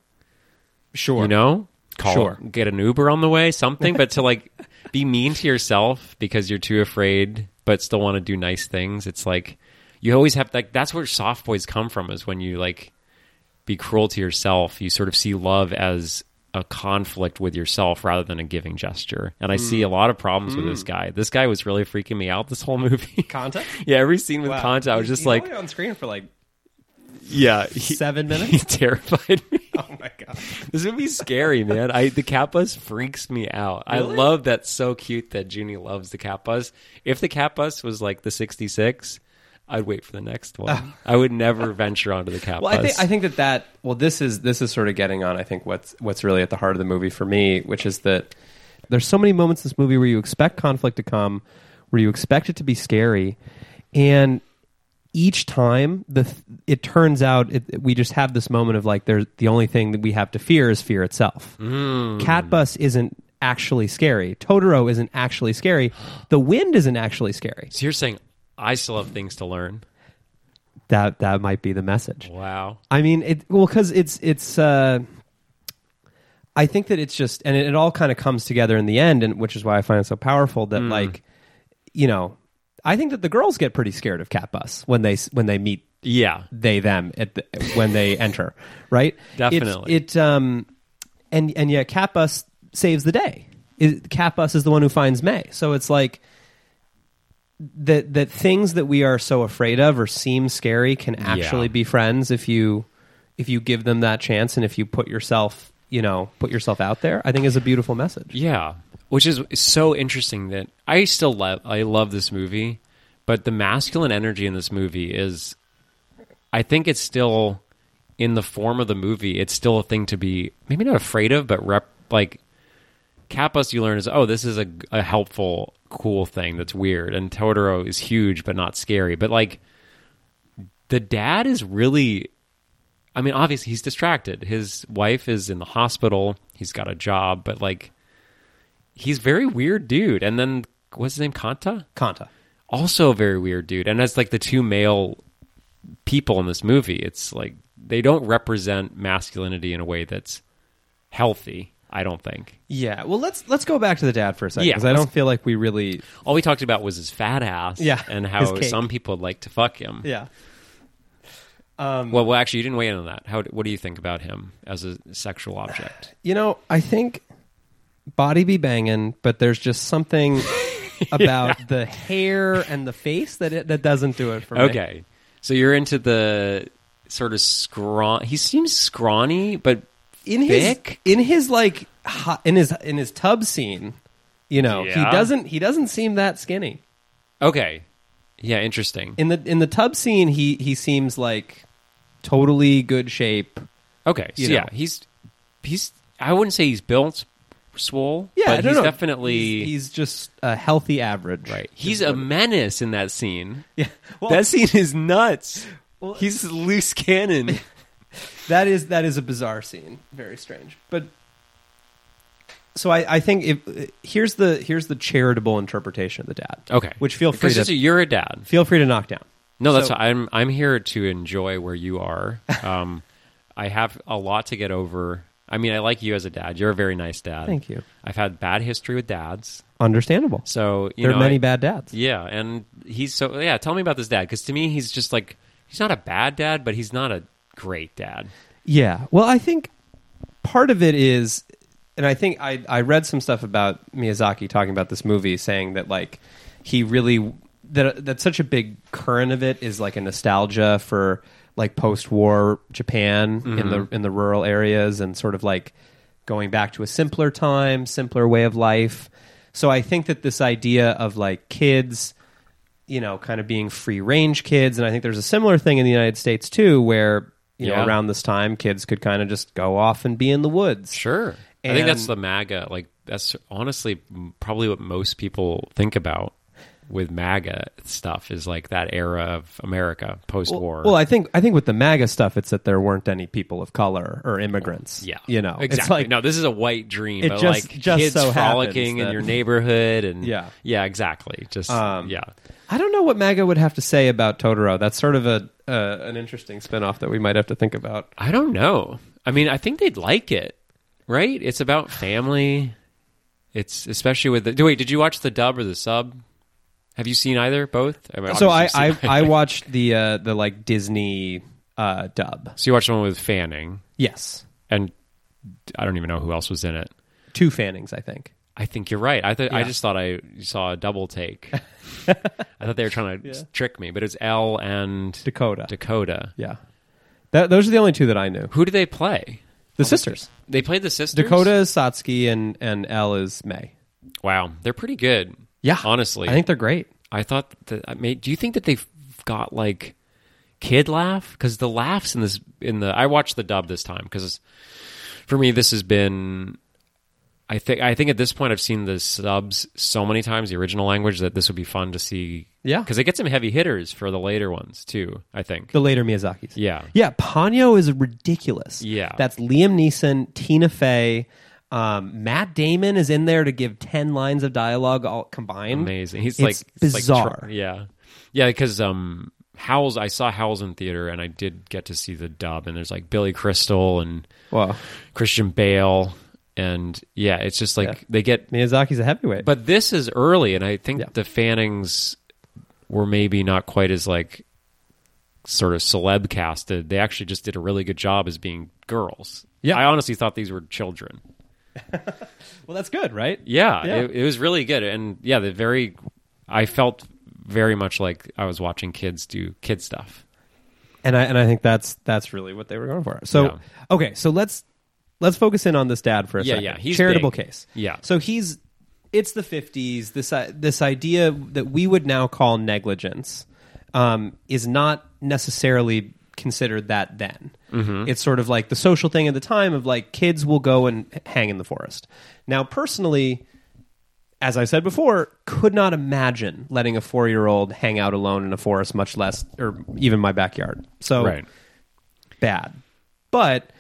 Speaker 1: sure
Speaker 3: You know, call
Speaker 1: Sure.
Speaker 3: get an Uber on the way, something. but to like be mean to yourself because you're too afraid, but still want to do nice things. It's like you always have like that's where soft boys come from is when you like be cruel to yourself. You sort of see love as a conflict with yourself rather than a giving gesture. And I
Speaker 1: Mm.
Speaker 3: see a lot of problems with this guy. This guy was really freaking me out this whole movie.
Speaker 1: Kanta.
Speaker 3: yeah, every scene with
Speaker 1: Wow.
Speaker 3: Conta, I was
Speaker 1: He's-
Speaker 3: just
Speaker 1: he's
Speaker 3: like,
Speaker 1: only on screen for like
Speaker 3: yeah, he,
Speaker 1: seven
Speaker 3: he
Speaker 1: minutes.
Speaker 3: terrified me.
Speaker 1: oh my god!
Speaker 3: This would be scary, man. I the kappas freaks me out. I
Speaker 1: Really?
Speaker 3: love that so cute that Junie loves the kappas. If the kappas was like the sixty six, I'd wait for the next one. I would never venture onto the kappas.
Speaker 1: Ah. Well, I think I think that that well, this is this is sort of getting on. I think what's what's really at the heart of the movie for me, which is that there's so many moments in this movie where you expect conflict to come, where you expect it to be scary, and each time the th- it turns out it, we just have this moment of like there's the only thing that we have to fear is fear itself. Catbus isn't actually scary. Totoro isn't actually scary. The wind isn't actually scary.
Speaker 3: so you're saying I still have things to learn.
Speaker 1: That that might be the message.
Speaker 3: Wow.
Speaker 1: I mean, it well because it's it's. Uh, I think that it's just, and it, it all kind of comes together in the end, and which is why I find it so powerful. That like, you know, I think that the girls get pretty scared of Cat Bus when they s- when they meet
Speaker 3: Yeah.
Speaker 1: they them at the, when they enter, right? It's-
Speaker 3: Definitely.
Speaker 1: it um, and and yet Cat Bus saves the day. It, Cat Bus is the one who finds May, so it's like that that things that we are so afraid of or seem scary can actually be friends if you if you give them that chance and if you put yourself, you know, put yourself out there, I think is a beautiful message.
Speaker 3: Yeah, which is so interesting that I still love. I love this movie, but the masculine energy in this movie is, I think it's still in the form of the movie. It's still a thing to be maybe not afraid of, but rep like Kappas you learn is oh this is a, a helpful cool thing that's weird, and Totoro is huge but not scary, but like the dad is really I mean, obviously he's distracted. His wife is in the hospital. He's got a job, but like he's a very weird dude. And then what's his name? Kanta?
Speaker 1: Kanta.
Speaker 3: Also a very weird dude. And as like the two male people in this movie, it's like they don't represent masculinity in a way that's healthy, I don't think.
Speaker 1: Yeah. Well, let's let's go back to the dad for a second
Speaker 3: Yeah,
Speaker 1: because I don't feel like we really.
Speaker 3: All we talked about was his fat ass
Speaker 1: Yeah,
Speaker 3: and
Speaker 1: his
Speaker 3: how
Speaker 1: cake.
Speaker 3: some people like to fuck him.
Speaker 1: Yeah.
Speaker 3: Well, well, actually, you didn't weigh in on that. How? What do you think about him as a sexual object?
Speaker 1: You know, I think body be banging, but there's just something about the hair and the face that it, that doesn't do it for me.
Speaker 3: Okay. So you're into the sort of scrawn. He seems scrawny, but
Speaker 1: in his
Speaker 3: thick?
Speaker 1: in his like hot, in his in his tub scene, you know,
Speaker 3: Yeah.
Speaker 1: he doesn't he doesn't seem that skinny.
Speaker 3: okay. Yeah, interesting.
Speaker 1: In the in the tub scene, he he seems like totally good shape.
Speaker 3: Okay.
Speaker 1: You
Speaker 3: so yeah,
Speaker 1: know.
Speaker 3: he's he's. I wouldn't say he's built swole.
Speaker 1: Yeah, I
Speaker 3: but
Speaker 1: don't
Speaker 3: he's
Speaker 1: know.
Speaker 3: definitely
Speaker 1: he's, he's just a healthy average.
Speaker 3: right. He's a menace in that scene.
Speaker 1: Yeah. Well,
Speaker 3: that scene is nuts.
Speaker 1: Well-
Speaker 3: he's loose cannon.
Speaker 1: that is that is a bizarre scene very strange but so i, I think if, here's the here's the charitable interpretation of the dad
Speaker 3: okay.
Speaker 1: which feel free
Speaker 3: Because
Speaker 1: to
Speaker 3: it's a- you're a dad.
Speaker 1: feel free to knock down
Speaker 3: No, that's
Speaker 1: So-
Speaker 3: why I'm I'm here to enjoy where you are. Um, I have a lot to get over. I mean, I like you as a dad. You're a very nice dad.
Speaker 1: Thank you.
Speaker 3: I've had bad history with dads,
Speaker 1: understandable
Speaker 3: so you
Speaker 1: there
Speaker 3: know,
Speaker 1: are many
Speaker 3: I-
Speaker 1: bad dads
Speaker 3: Yeah, and he's so yeah. Tell me about this dad because to me he's just like he's not a bad dad, but he's not a great dad.
Speaker 1: Yeah. Well, I think part of it is, and I think I, I read some stuff about Miyazaki talking about this movie, saying that like he really that that such a big current of it is like a nostalgia for like post-war Japan in the in the rural areas and sort of like going back to a simpler time, simpler way of life. So I think that this idea of like kids you know, kind of being free range kids. And I think there's a similar thing in the United States too, where, you
Speaker 3: Yeah.
Speaker 1: know, around this time, kids could kind of just go off and be in the woods.
Speaker 3: Sure, I think that's
Speaker 1: And-
Speaker 3: the MAGA. Like that's honestly m- probably what most people think about with MAGA stuff is like that era of America post war.
Speaker 1: Well, I think I think with the MAGA stuff, it's that there weren't any people of color or immigrants.
Speaker 3: Yeah,
Speaker 1: you know,
Speaker 3: exactly.
Speaker 1: It's like
Speaker 3: no, this is a white dream.
Speaker 1: It
Speaker 3: but
Speaker 1: just-
Speaker 3: like
Speaker 1: just
Speaker 3: kids
Speaker 1: so happens
Speaker 3: frolicking in
Speaker 1: that-
Speaker 3: your neighborhood, and
Speaker 1: Yeah. Um,
Speaker 3: yeah, exactly. Just yeah,
Speaker 1: I don't know what MAGA would have to say about Totoro. That's sort of a uh, an interesting spinoff that we might have to think about.
Speaker 3: I don't know. I mean, I think they'd like it, right? It's about family. It's especially with the wait. Did you watch the dub or the sub? Have you seen either? Both? mean,
Speaker 1: So I
Speaker 3: obviously
Speaker 1: I,
Speaker 3: you've seen-
Speaker 1: I watched the uh, the like Disney uh, dub.
Speaker 3: so you watched the one with Fanning,
Speaker 1: Yes,
Speaker 3: and I don't even know who else was in it.
Speaker 1: two Fannings, I think.
Speaker 3: I think you're right. I thought I
Speaker 1: Yeah.
Speaker 3: just thought I saw a double take. I thought they were trying to
Speaker 1: Yeah.
Speaker 3: trick me, but it's L and
Speaker 1: Dakota.
Speaker 3: Dakota.
Speaker 1: yeah, that, those are the only two that I knew.
Speaker 3: Who do they play?
Speaker 1: The sisters.
Speaker 3: They played the sisters.
Speaker 1: Dakota is Satsuki and and Elle is May.
Speaker 3: Wow, they're pretty good.
Speaker 1: Yeah.
Speaker 3: honestly,
Speaker 1: I think they're great.
Speaker 3: I thought that. I mean, do you think that they've got like kid laugh? Because the laughs in this in the I watched the dub this time because for me this has been. I think I think at this point I've seen the subs so many times the original language that this would be fun to see.
Speaker 1: Yeah.
Speaker 3: because they get some heavy hitters for the later ones too. I think.
Speaker 1: The later Miyazaki's.
Speaker 3: Yeah.
Speaker 1: Yeah, Ponyo is ridiculous.
Speaker 3: Yeah.
Speaker 1: That's Liam Neeson, Tina Fey, um, Matt Damon is in there to give 10 lines of dialogue all combined.
Speaker 3: amazing. He's
Speaker 1: It's
Speaker 3: like it's like tr-
Speaker 1: bizarre.
Speaker 3: yeah, yeah. Because um, Howl's I saw Howl's in theater, and I did get to see the dub. And there's like Billy Crystal and
Speaker 1: Wow.
Speaker 3: Christian Bale, and yeah, it's just like
Speaker 1: Yeah.
Speaker 3: they get.
Speaker 1: Miyazaki's a heavyweight.
Speaker 3: But this is early, and I think
Speaker 1: Yeah.
Speaker 3: the Fannings were maybe not quite as like sort of celeb casted. They actually just did a really good job as being girls.
Speaker 1: Yeah.
Speaker 3: I honestly thought these were children.
Speaker 1: well, that's good, right?
Speaker 3: Yeah,
Speaker 1: Yeah.
Speaker 3: It, it was really good, and yeah, the very I felt very much like I was watching kids do kid stuff.
Speaker 1: and I and I think that's that's really what they were going for. So
Speaker 3: Yeah.
Speaker 1: okay, so let's let's focus in on this dad for a
Speaker 3: Yeah,
Speaker 1: second.
Speaker 3: yeah, he's
Speaker 1: charitable
Speaker 3: big.
Speaker 1: case.
Speaker 3: Yeah.
Speaker 1: So he's it's the fifties. This i- this idea that we would now call negligence um, is not necessarily considered that then.
Speaker 3: Mm-hmm.
Speaker 1: It's sort of like the social thing at the time of like kids will go and hang in the forest. Now, personally, as I said before, could not imagine letting a four year old hang out alone in a forest, much less, or even my backyard. So
Speaker 3: Right.
Speaker 1: bad. But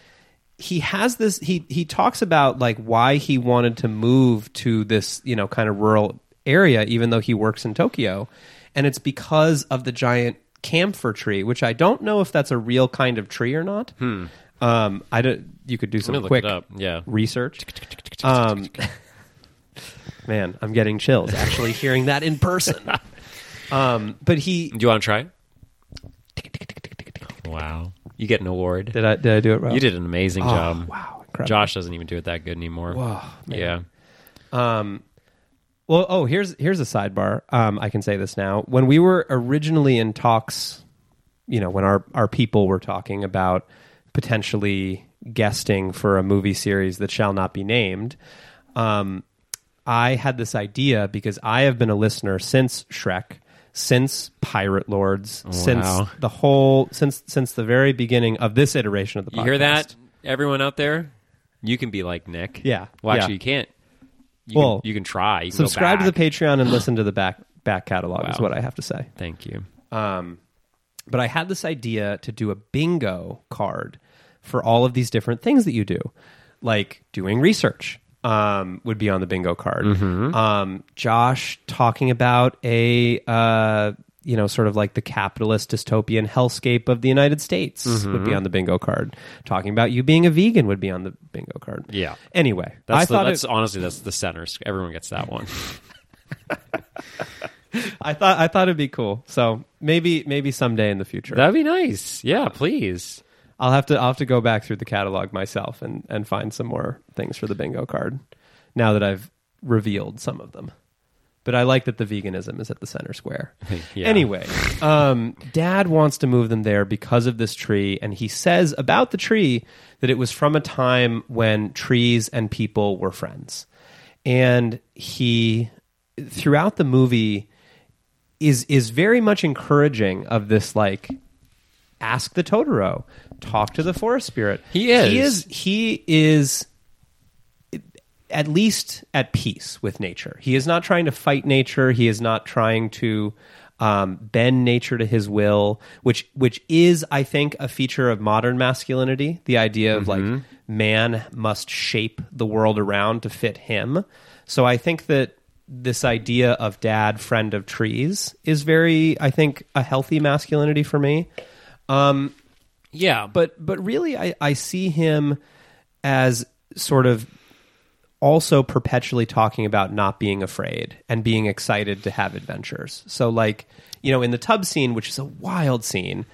Speaker 1: he has this. He he talks about like why he wanted to move to this you know kind of rural area, even though he works in Tokyo, and it's because of the giant camphor tree, which I don't know if that's a real kind of tree or not. Um, I don't. You could do some
Speaker 3: Hmm. me look
Speaker 1: quick
Speaker 3: it up. Yeah.
Speaker 1: research. Um, man, I'm getting chills actually hearing that in person. Um, but he
Speaker 3: Do you want to try? Wow. You get an award.
Speaker 1: did I did I do it right?
Speaker 3: You did an amazing job.
Speaker 1: Oh, wow, incredible. Oh,
Speaker 3: Josh doesn't even do it that good anymore. yeah.
Speaker 1: Well, oh, here's here's a sidebar. Um, I can say this now. When we were originally in talks, you know, when our our people were talking about potentially guesting for a movie series that shall not be named, um, I had this idea because I have been a listener since Shrek, since Pirate Lords,
Speaker 3: Oh, Wow.
Speaker 1: since the whole since since the very beginning of this iteration of the podcast.
Speaker 3: You hear that, everyone out there? You can be like Nick.
Speaker 1: Yeah,
Speaker 3: Well,
Speaker 1: yeah.
Speaker 3: actually, you can't. You,
Speaker 1: Well,
Speaker 3: can, you can try. You can go
Speaker 1: Subscribe to the
Speaker 3: back.
Speaker 1: Patreon and listen to the back back catalog is
Speaker 3: Wow.
Speaker 1: what I have to say.
Speaker 3: Thank you.
Speaker 1: but I had this idea to do a bingo card for all of these different things that you do, like doing research um, would be on the bingo card.
Speaker 3: Mm-hmm.
Speaker 1: Um, Josh talking about a uh, you know sort of like the capitalist dystopian hellscape of the United States would
Speaker 3: Mm-hmm.
Speaker 1: be on the bingo card. Talking about you being a vegan would be on the bingo card.
Speaker 3: Yeah.
Speaker 1: Anyway,
Speaker 3: That's,
Speaker 1: I
Speaker 3: the,
Speaker 1: thought
Speaker 3: that's
Speaker 1: it,
Speaker 3: honestly that's the center. Everyone gets that one.
Speaker 1: I thought I thought it'd be cool. So maybe maybe someday in the future.
Speaker 3: That'd be nice. Yeah, please.
Speaker 1: I'll have to I'll have to go back through the catalog myself and and find some more things for the bingo card. Now that I've revealed some of them, but I like that the veganism is at the center square.
Speaker 3: Yeah.
Speaker 1: Anyway, um, Dad wants to move them there because of this tree, and he says about the tree that it was from a time when trees and people were friends, and he throughout the movie is is very much encouraging of this like ask the Totoro, talk to the forest spirit.
Speaker 3: He is.
Speaker 1: He is. He is at least at peace with nature. He is not trying to fight nature. He is not trying to um, bend nature to his will, which which is, I think, a feature of modern masculinity. The idea of like man must shape the world around to fit him. So I think that this idea of dad friend of trees is very, I think, a healthy masculinity for me
Speaker 3: Yeah, but
Speaker 1: but but really I, I see him as sort of also perpetually talking about not being afraid and being excited to have adventures. So like, you know, in the tub scene, which is a wild scene,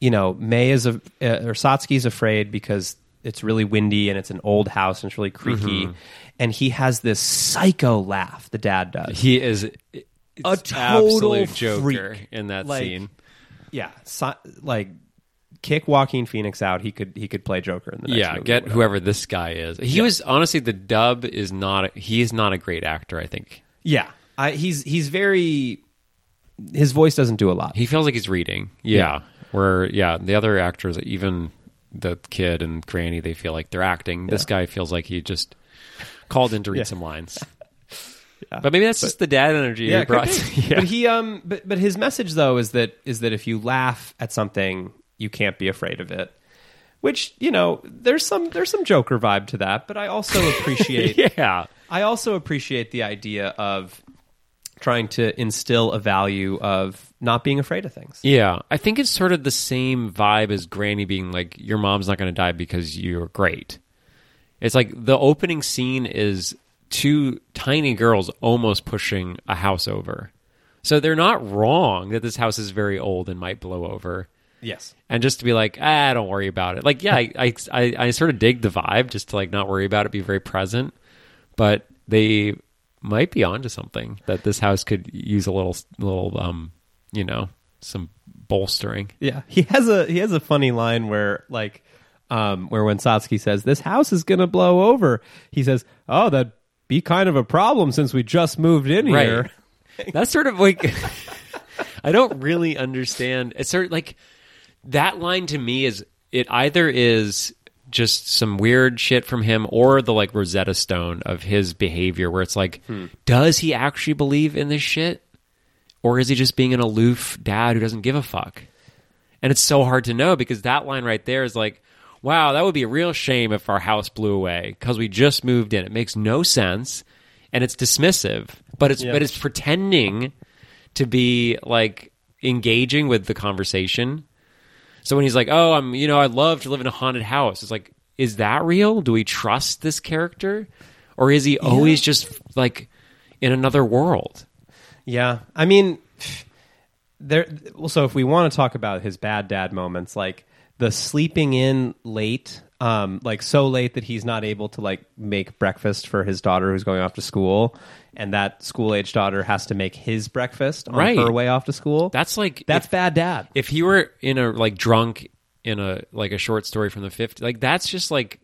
Speaker 1: you know, May is a, uh, or Satsuki's afraid because it's really windy and it's an old house and it's really creaky
Speaker 3: Mm-hmm.
Speaker 1: and he has this psycho laugh the dad does.
Speaker 3: he is
Speaker 1: A
Speaker 3: it's
Speaker 1: total
Speaker 3: absolute joker
Speaker 1: freak.
Speaker 3: in that
Speaker 1: Like,
Speaker 3: scene.
Speaker 1: Yeah, so, like kick Joaquin Phoenix out, he could he could play Joker in the next
Speaker 3: Yeah,
Speaker 1: movie or
Speaker 3: get
Speaker 1: whatever.
Speaker 3: whoever this guy is. He was honestly the dub is not. A, he is not a great actor. I think
Speaker 1: Yeah, I, he's he's very. His voice doesn't do a lot.
Speaker 3: he feels like he's reading. Yeah, where yeah the other actors, even the kid and Granny, they feel like they're acting. This guy feels like he just called in to read some lines. But maybe that's just the dad energy he
Speaker 1: yeah, it could
Speaker 3: brought.
Speaker 1: be. but he um, but but his message though is that is that if you laugh at something, you can't be afraid of it. Which you know, there's some there's some Joker vibe to that, but I also appreciate
Speaker 3: yeah.
Speaker 1: I also appreciate the idea of trying to instill a value of not being afraid of things.
Speaker 3: Yeah, I think it's sort of the same vibe as Granny being like, "Your mom's not going to die because you're great." It's like the opening scene is two tiny girls almost pushing a house over, so they're not wrong that this house is very old and might blow over.
Speaker 1: Yes.
Speaker 3: And just to be like, ah, don't worry about it. Like, yeah, I, I, I, I sort of dig the vibe, just to like not worry about it, be very present. But they might be onto something that this house could use a little, little, um, you know, some bolstering.
Speaker 1: Yeah, he has a he has a funny line where like um where when Satsuki says this house is gonna blow over, he says, "Oh, that'd be kind of a problem since we just moved in here."
Speaker 3: That's sort of like I don't really understand. It's sort of like that line to me is it either is just some weird shit from him or the like Rosetta Stone of his behavior where it's like does he actually believe in this shit or is he just being an aloof dad who doesn't give a fuck? And it's so hard to know because that line right there is like wow, that would be a real shame if our house blew away cuz we just moved in. It makes no sense and it's dismissive, but it's
Speaker 1: Yeah.
Speaker 3: but it's pretending to be like engaging with the conversation. So when he's like, "Oh, I'm, you know, I'd love to live in a haunted house," it's like, is that real? Do we trust this character, or is he always just like in another world?
Speaker 1: Yeah, I mean, there. Well, so if we want to talk about his bad dad moments, like the sleeping in late, um, like so late that he's not able to like make breakfast for his daughter who's going off to school, and that school age daughter has to make his breakfast on
Speaker 3: Right.
Speaker 1: her way off to school.
Speaker 3: That's like
Speaker 1: that's
Speaker 3: if,
Speaker 1: bad dad.
Speaker 3: if he were in a like drunk in a like a short story from the 50s, like that's just like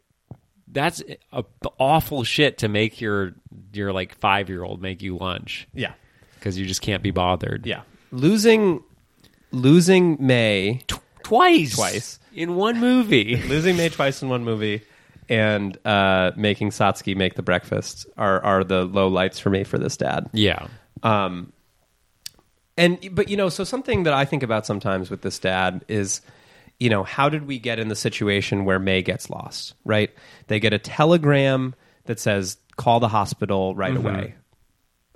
Speaker 3: that's a, awful shit to make your your like five year old make you lunch
Speaker 1: Yeah,
Speaker 3: because you just can't be bothered.
Speaker 1: yeah. Losing, losing May.
Speaker 3: twice,
Speaker 1: Twice.
Speaker 3: in one movie.
Speaker 1: losing May twice in one movie and uh, making Satsuki make the breakfast are are the low lights for me for this dad.
Speaker 3: yeah,
Speaker 1: And but you know, so something that I think about sometimes with this dad is, you know, how did we get in the situation where May gets lost? Right? They get a telegram that says call the hospital right away.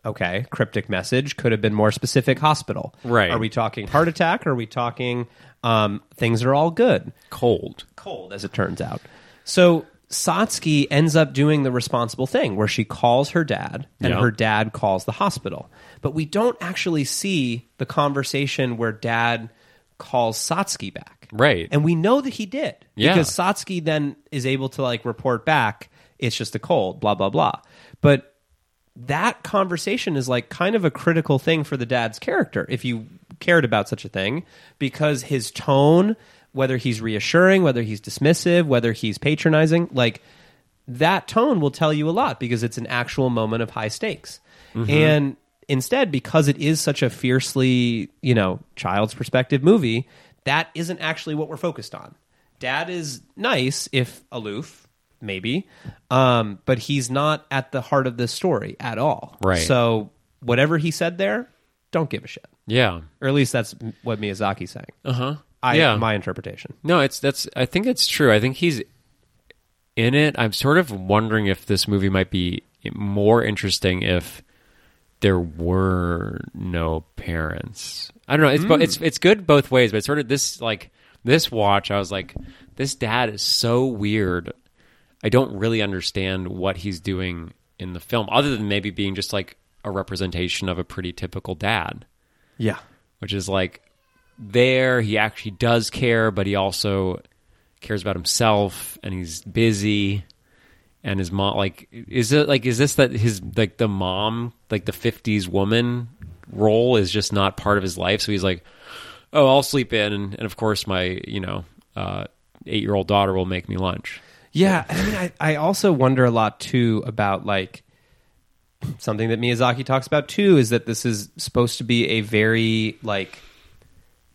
Speaker 1: Okay, cryptic message could have been more specific. Hospital,
Speaker 3: Right.
Speaker 1: Are we talking heart attack? Are we talking um, things are all good?
Speaker 3: cold.
Speaker 1: cold, as it turns out. So Satsuki ends up doing the responsible thing where she calls her dad and
Speaker 3: Yeah.
Speaker 1: her dad calls the hospital. But we don't actually see the conversation where dad calls Satsuki back.
Speaker 3: Right.
Speaker 1: And we know that he did.
Speaker 3: Yeah.
Speaker 1: Because Satsuki then is able to like report back, it's just a cold, blah, blah, blah. But that conversation is like kind of a critical thing for the dad's character if you cared about such a thing because his tone whether he's reassuring whether he's dismissive whether he's patronizing like that tone will tell you a lot because it's an actual moment of high stakes and instead because it is such a fiercely you know child's perspective movie that isn't actually what we're focused on dad is nice if aloof maybe um, but he's not at the heart of this story at all
Speaker 3: Right.
Speaker 1: so whatever he said there don't give a shit
Speaker 3: Yeah.
Speaker 1: or at least that's m- what miyazaki's saying
Speaker 3: Uh huh.
Speaker 1: I,
Speaker 3: yeah.
Speaker 1: my interpretation
Speaker 3: no, it's that's. I think it's true. I think he's in it. I'm sort of wondering if this movie might be more interesting if there were no parents. I don't know. It's bo- it's it's good both ways, but it's sort of this like this watch. I was like, this dad is so weird. I don't really understand what he's doing in the film, other than maybe being just like a representation of a pretty typical dad.
Speaker 1: yeah
Speaker 3: which is like there he actually does care but he also cares about himself and he's busy and his mom like is it like is this that his like the mom like the 50s woman role is just not part of his life so he's like oh i'll sleep in and, and of course my you know uh, eight-year-old daughter will make me lunch
Speaker 1: Yeah, I mean, I, I also wonder a lot too about like something that Miyazaki talks about too is that this is supposed to be a very like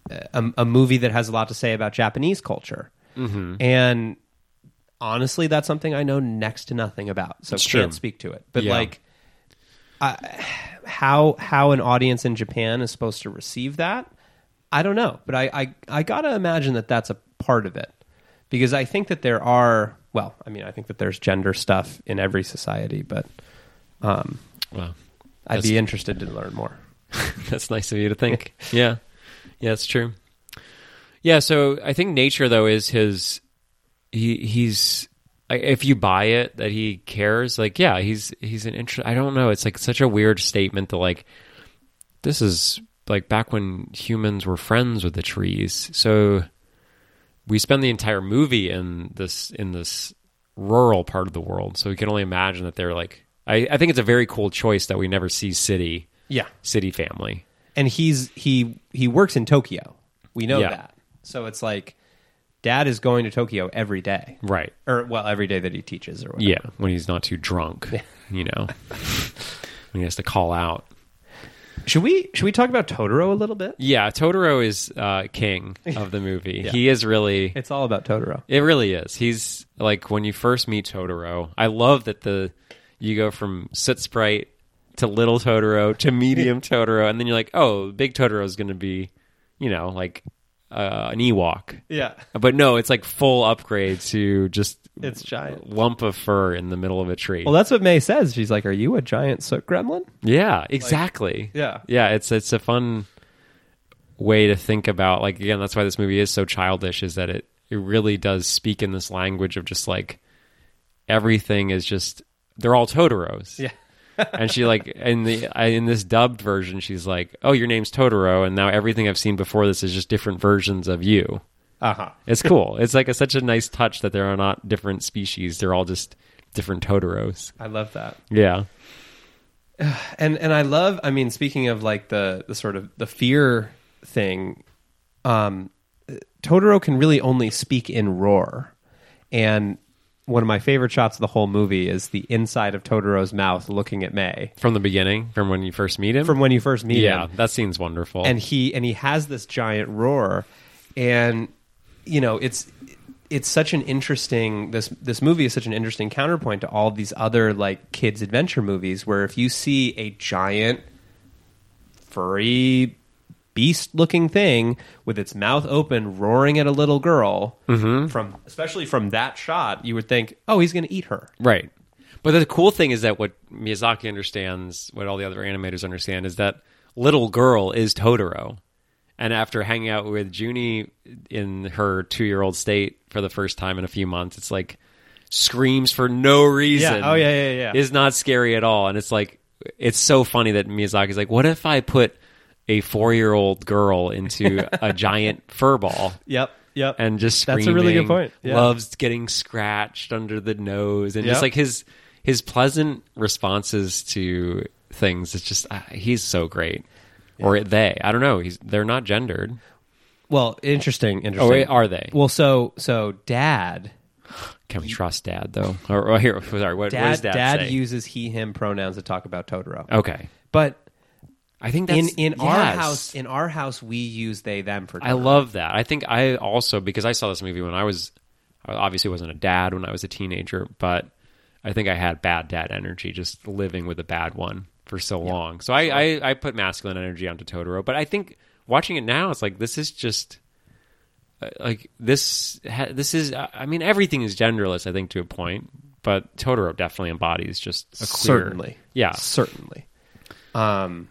Speaker 1: a, a movie that has a lot to say about Japanese culture,
Speaker 3: Mm-hmm.
Speaker 1: and honestly, that's something I know next to nothing about, so
Speaker 3: It's
Speaker 1: can't
Speaker 3: true.
Speaker 1: speak to it. But
Speaker 3: Yeah.
Speaker 1: like, I, how how an audience in Japan is supposed to receive that, I don't know. But I I, I gotta imagine that that's a part of it because I think that there are. Well, I mean, I think that there's gender stuff in every society, but
Speaker 3: wow
Speaker 1: I'd
Speaker 3: That's-
Speaker 1: be interested to learn more.
Speaker 3: That's nice of you to think. yeah. Yeah, it's true. Yeah, so I think nature though is his he he's I- if you buy it that he cares, like yeah, he's he's an interest I don't know, it's like such a weird statement to like this is like back when humans were friends with the trees. So we spend the entire movie in this in this rural part of the world. So we can only imagine that they're like I, I think it's a very cool choice that we never see city
Speaker 1: Yeah,
Speaker 3: city family.
Speaker 1: and he's he he works in Tokyo. We know
Speaker 3: Yeah.
Speaker 1: that. So it's like dad is going to Tokyo every day.
Speaker 3: Right.
Speaker 1: Or well, every day that he teaches or whatever.
Speaker 3: Yeah, when he's not too drunk, you know, when he has to call out.
Speaker 1: Should we should we talk about Totoro a little bit?
Speaker 3: Yeah, Totoro is uh, king of the movie. He is really.
Speaker 1: It's all about Totoro.
Speaker 3: It really is. He's like when you first meet Totoro. I love that the you go from Soot Sprite to Little Totoro to Medium Totoro, and then you're like, oh, Big Totoro is going to be, you know, like uh, an Ewok.
Speaker 1: Yeah.
Speaker 3: But no, it's like full upgrade to just
Speaker 1: It's giant.
Speaker 3: lump of fur in the middle of a tree.
Speaker 1: Well, that's what May says. She's like, "Are you a giant soot gremlin?"
Speaker 3: yeah, exactly.
Speaker 1: Yeah.
Speaker 3: yeah. It's it's a fun way to think about. Like again, that's why this movie is so childish. Is that it? It really does speak in this language of just like everything is just they're all Totoros.
Speaker 1: Yeah.
Speaker 3: and she like in the I- in this dubbed version, she's like, "Oh, your name's Totoro," and now everything I've seen before this is just different versions of you.
Speaker 1: Uh huh.
Speaker 3: It's cool. it's like a, such a nice touch that there are not different species; they're all just different Totoros.
Speaker 1: I love that.
Speaker 3: Yeah,
Speaker 1: and and I love. I mean, speaking of like the the sort of the fear thing, um, Totoro can really only speak in roar, and one of my favorite shots of the whole movie is the inside of Totoro's mouth looking at May
Speaker 3: from the beginning, from when you first meet him.
Speaker 1: from when you first meet
Speaker 3: yeah,
Speaker 1: him,
Speaker 3: that seems wonderful.
Speaker 1: and he and he has this giant roar, and you know it's it's such an interesting this this movie is such an interesting counterpoint to all these other like kids adventure movies where if you see a giant furry beast looking thing with its mouth open roaring at a little girl
Speaker 3: Mm-hmm.
Speaker 1: from especially from that shot you would think oh he's going to eat her
Speaker 3: Right. But the cool thing is that what Miyazaki understands, what all the other animators understand, is that little girl is Totoro. And after hanging out with Junie in her two year old state for the first time in a few months, it's like screams for no reason.
Speaker 1: Oh, yeah, yeah, yeah.
Speaker 3: Is not scary at all. And it's like, it's so funny that Miyazaki's like, what if I put a four year old girl into a giant fur ball?
Speaker 1: yep yep
Speaker 3: and just
Speaker 1: That's a really good
Speaker 3: screaming,
Speaker 1: point. Yeah.
Speaker 3: Loves getting scratched under the nose, and
Speaker 1: Yep.
Speaker 3: just like his his pleasant responses to things. It's just uh, he's so great, or they. I don't know. He's they're not gendered.
Speaker 1: well interesting
Speaker 3: Oh,
Speaker 1: interesting
Speaker 3: wait, are they?
Speaker 1: well so so dad
Speaker 3: Can we trust dad though? Or, or here, sorry. What, what
Speaker 1: dad
Speaker 3: does
Speaker 1: dad,
Speaker 3: dad, say?
Speaker 1: uses he him pronouns to talk about Totoro.
Speaker 3: okay.
Speaker 1: But
Speaker 3: I think that's
Speaker 1: in in our
Speaker 3: yes.
Speaker 1: house in our house we use they them for.
Speaker 3: I love that. I think I also because I saw this movie when I was I obviously wasn't a dad when I was a teenager, but I think I had bad dad energy just living with a bad one for so long. So I, I I put masculine energy onto Totoro, but I think watching it now it's like this is just uh, like this ha- this is uh, I I mean everything is genderless I think to a point, but Totoro definitely embodies just a clear
Speaker 1: certainly.
Speaker 3: Yeah.
Speaker 1: certainly. Um,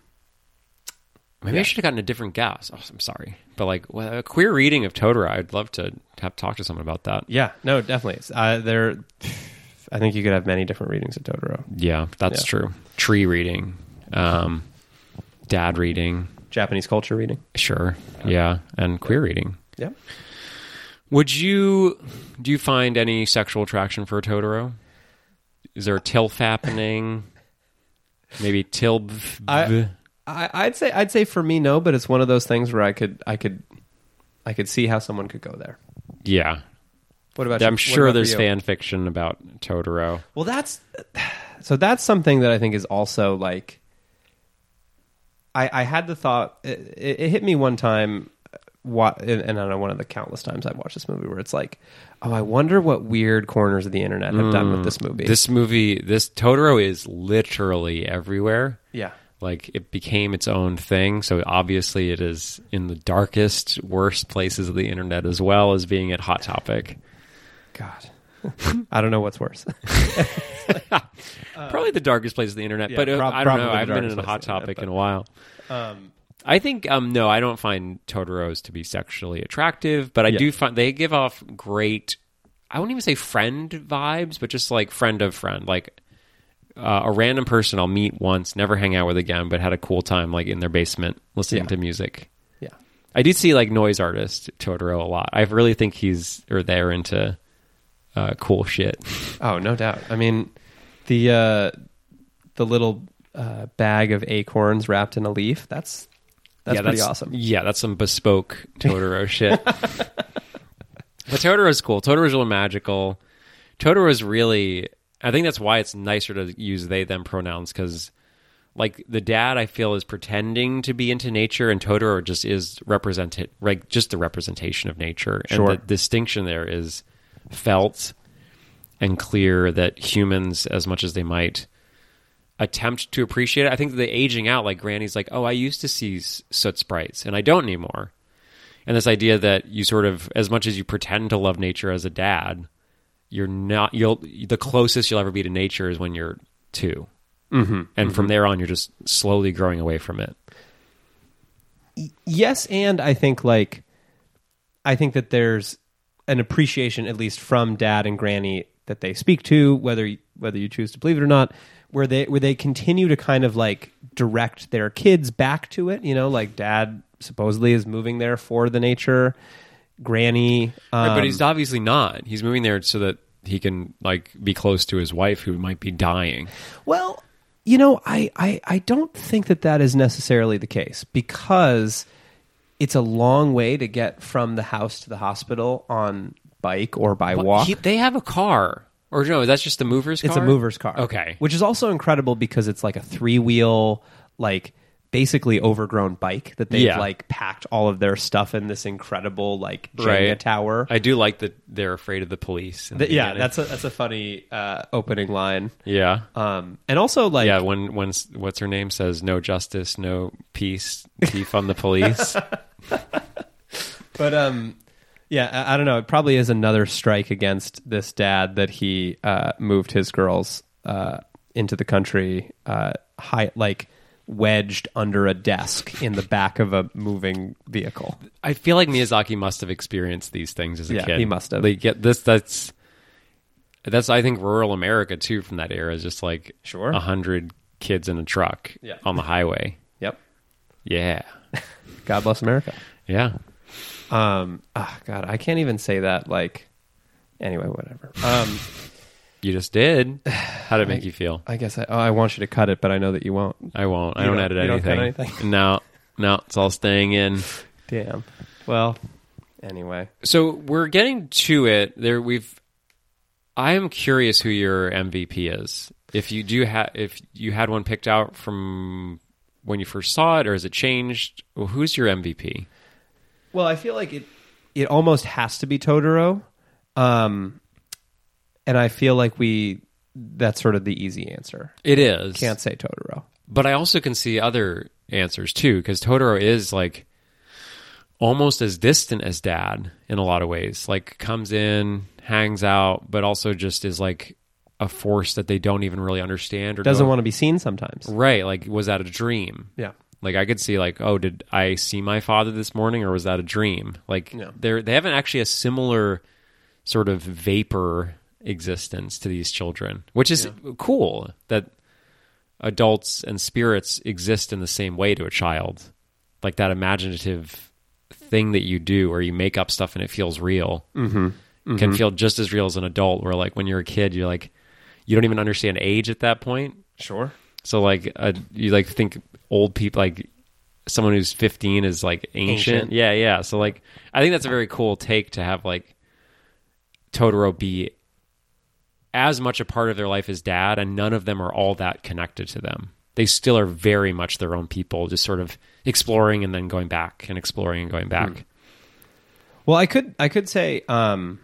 Speaker 3: Maybe I should have gotten a different guess. Oh, I'm sorry, but like well, a queer reading of Totoro, I'd love to have talk to someone about that.
Speaker 1: yeah, no, definitely. It's, Uh, there, I think you could have many different readings of Totoro.
Speaker 3: Yeah, that's
Speaker 1: Yeah.
Speaker 3: true. Tree reading, um, dad reading,
Speaker 1: Japanese culture reading.
Speaker 3: sure, yeah, and queer reading.
Speaker 1: Yeah,
Speaker 3: Would you do you find any sexual attraction for Totoro? Is there a tilf happening? Maybe tilb.
Speaker 1: I- I, I'd say I'd say for me no, but it's one of those things where I could I could I could see how someone could go there.
Speaker 3: yeah,
Speaker 1: What about? you?
Speaker 3: I'm
Speaker 1: What
Speaker 3: sure
Speaker 1: about
Speaker 3: there's
Speaker 1: for you?
Speaker 3: fan fiction about Totoro.
Speaker 1: Well, that's so that's something that I think is also like I, I had the thought it, it it hit me one time what and, and I don't know one of the countless times I've watched this movie where it's like oh I wonder what weird corners of the internet have done with this movie
Speaker 3: Hmm. This movie, this Totoro is literally everywhere.
Speaker 1: yeah
Speaker 3: like it became its own thing. So obviously, it is in the darkest, worst places of the internet, as well as being at Hot Topic.
Speaker 1: God I don't know what's worse
Speaker 3: probably the darkest place of the internet,
Speaker 1: Uh, yeah,
Speaker 3: but uh,
Speaker 1: prob-
Speaker 3: I don't
Speaker 1: probably
Speaker 3: know.
Speaker 1: the
Speaker 3: I haven't been
Speaker 1: darkest
Speaker 3: in a
Speaker 1: place
Speaker 3: Hot
Speaker 1: of the internet,
Speaker 3: Topic in a while. I think um, no, I don't find Totoro's to be sexually attractive, but I
Speaker 1: Yeah.
Speaker 3: do find they give off great. I wouldn't even say friend vibes, but just like friend of friend, like uh, a random person I'll meet once, never hang out with again, but had a cool time like in their basement listening
Speaker 1: Yeah.
Speaker 3: to music.
Speaker 1: yeah
Speaker 3: I do see like noise artist Totoro a lot. I really think he's or they're into uh, cool shit.
Speaker 1: oh no doubt I mean the uh the little uh, bag of acorns wrapped in a leaf that's
Speaker 4: That's
Speaker 3: yeah,
Speaker 4: pretty
Speaker 3: that's,
Speaker 4: awesome.
Speaker 3: Yeah, that's some bespoke Totoro shit. But Totoro's cool. Totoro's really magical. Totoro's really. I think that's why it's nicer to use they them pronouns because, like, the dad I feel is pretending to be into nature, and Totoro just is represented like just the representation of nature,
Speaker 4: Sure.
Speaker 3: and the distinction there is felt and clear that humans, as much as they might attempt to appreciate it. I think the aging out, like Granny's like, oh, I used to see s- soot sprites and I don't anymore. And this idea that you sort of, as much as you pretend to love nature as a dad, you're not, you'll, the closest you'll ever be to nature is when you're 2 Mm-hmm. And from there on, you're just slowly growing away from it.
Speaker 1: yes and i think like i think that there's an appreciation at least from dad and granny that they speak to whether whether you choose to believe it or not where they where they continue to kind of like direct their kids back to it you know like dad supposedly is moving there for the nature granny um,
Speaker 3: Right, but he's obviously not. He's moving there so that he can like be close to his wife who might be dying.
Speaker 1: Well, you know, I, I, I don't think that that is necessarily the case because it's a long way to get from the house to the hospital on bike or by walk.
Speaker 3: He- they have a car. Or no, that's just the mover's car?
Speaker 1: it's a mover's car.
Speaker 3: Okay.
Speaker 1: Which is also incredible because it's like a three wheel, like basically overgrown bike that they've
Speaker 3: Yeah.
Speaker 1: like packed all of their stuff in this incredible like Jenga
Speaker 3: Right.
Speaker 1: tower.
Speaker 3: I do like that they're afraid of the police. in the
Speaker 1: Th- yeah,
Speaker 3: beginning.
Speaker 1: that's a that's a funny uh, opening line.
Speaker 3: yeah,
Speaker 1: Um, and also like
Speaker 3: yeah. When when s- what's her name says no justice, no peace, thief on the police.
Speaker 1: but um yeah I, I don't know it probably is another strike against this dad that he uh moved his girls uh into the country uh high like wedged under a desk in the back of a moving vehicle
Speaker 3: I feel like Miyazaki must have experienced these things as a
Speaker 1: Yeah,
Speaker 3: kid.
Speaker 1: he must have.
Speaker 3: Like get this. That's that's I think rural America too from that era is just like
Speaker 1: Sure.
Speaker 3: a hundred kids in a truck
Speaker 1: Yeah.
Speaker 3: on the highway.
Speaker 1: yep
Speaker 3: Yeah,
Speaker 1: god bless america
Speaker 3: yeah.
Speaker 1: um ah, god i can't even say that like anyway whatever um
Speaker 3: You just did. How did it make you feel?
Speaker 1: i guess i oh, i want you to cut it but i know that you won't
Speaker 3: I won't. I
Speaker 1: You
Speaker 3: don't,
Speaker 1: don't-
Speaker 3: edit
Speaker 1: you don't
Speaker 3: anything.
Speaker 1: cut anything?
Speaker 3: No, no. It's all staying in.
Speaker 1: damn well anyway
Speaker 3: So we're getting to it. There, we've. I am curious who your MVP is. If you do have, if you had one picked out from when you first saw it, or has it changed? Well, who's your MVP?
Speaker 1: Well, I feel like it it almost has to be Totoro. Um and I feel like we that's sort of the easy answer.
Speaker 3: It is.
Speaker 1: Can't say Totoro.
Speaker 3: But I also can see other answers too, because Totoro is like almost as distant as Dad in a lot of ways. Like comes in, hangs out, but also just is like a force that they don't even really understand or
Speaker 1: Doesn't
Speaker 3: don't-
Speaker 1: want to be seen sometimes.
Speaker 3: right. Like was that a dream?
Speaker 1: Yeah.
Speaker 3: Like I could see like, oh, did I see my father this morning or was that a dream? Like
Speaker 1: Yeah.
Speaker 3: they're they haven't actually a similar sort of vapor existence to these children, which is cool that adults and spirits exist in the same way to a child. Like that imaginative thing that you do or you make up stuff and it feels real can feel just as real as an adult where like when you're a kid you're like you don't even understand age at that point
Speaker 1: Sure.
Speaker 3: so like uh, you like think old people like someone who's 15 is like ancient.
Speaker 1: Ancient.
Speaker 3: Yeah, yeah. So like I think that's a very cool take to have like Totoro be as much a part of their life as dad and none of them are all that connected to them. They still are very much their own people, just sort of exploring and then going back and exploring and going back.
Speaker 1: Well, I could I could say um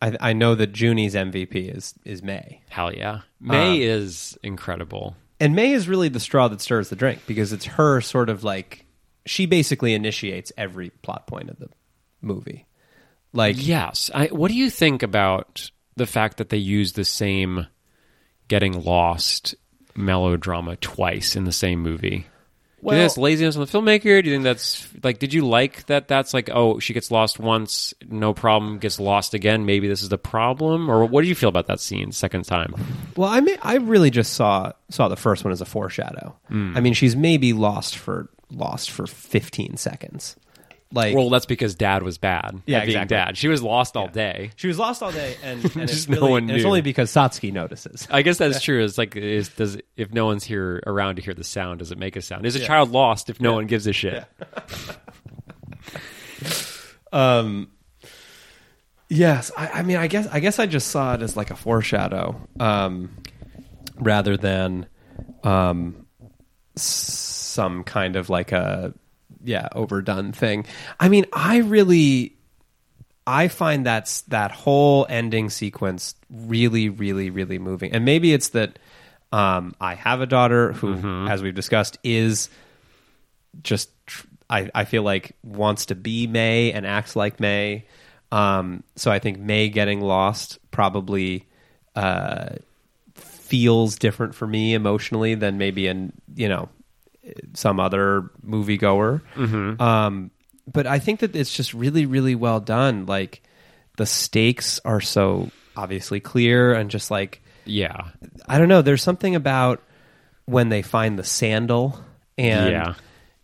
Speaker 1: I I know that Junie's MVP is is May.
Speaker 3: Hell yeah. Um, May is incredible.
Speaker 1: And May is really the straw that stirs the drink because it's her sort of like she basically initiates every plot point of the movie. Like
Speaker 3: Yes. I, what do you think about the fact that they use the same getting lost melodrama twice in the same movie? do you
Speaker 1: Well-
Speaker 3: think that's laziness on the filmmaker? Do you think that's like? Did you like that? That's like, oh, she gets lost once, no problem. Gets lost again. Maybe this is the problem, or what do you feel about that scene second time?
Speaker 1: Well, I mean, I really just saw saw the first one as a
Speaker 3: Hmm.
Speaker 1: foreshadow. I mean, she's maybe lost for lost for fifteen seconds, Like
Speaker 3: Well, that's because dad was bad.
Speaker 1: Yeah,
Speaker 3: at being
Speaker 1: exactly.
Speaker 3: dad. She was lost all day.
Speaker 1: she was lost all day, and, and it's
Speaker 3: Just no
Speaker 1: really-
Speaker 3: one
Speaker 1: and it's
Speaker 3: knew.
Speaker 1: only because Satsuki notices.
Speaker 3: I guess that's true. It's like, is, does if no one's here around to hear the sound, does it make a sound? Is a child lost if no one gives a shit?
Speaker 1: Um, yes, I, I mean, I guess I guess I just saw it as like a foreshadow, um, rather than um, s- some kind of like a yeah overdone thing. I mean, I really. I find that's that whole ending sequence really, really, really moving. And maybe it's that um, I have a daughter who, as we've discussed, is just tr- I, I feel like wants to be May and acts like May. Um, so I think May getting lost probably uh, feels different for me emotionally than maybe in you know some other moviegoer. Um, but I think that it's just really really well done. Like the stakes are so obviously clear and just like
Speaker 3: Yeah.
Speaker 1: I don't know. There's something about when they find the sandal and
Speaker 3: Yeah.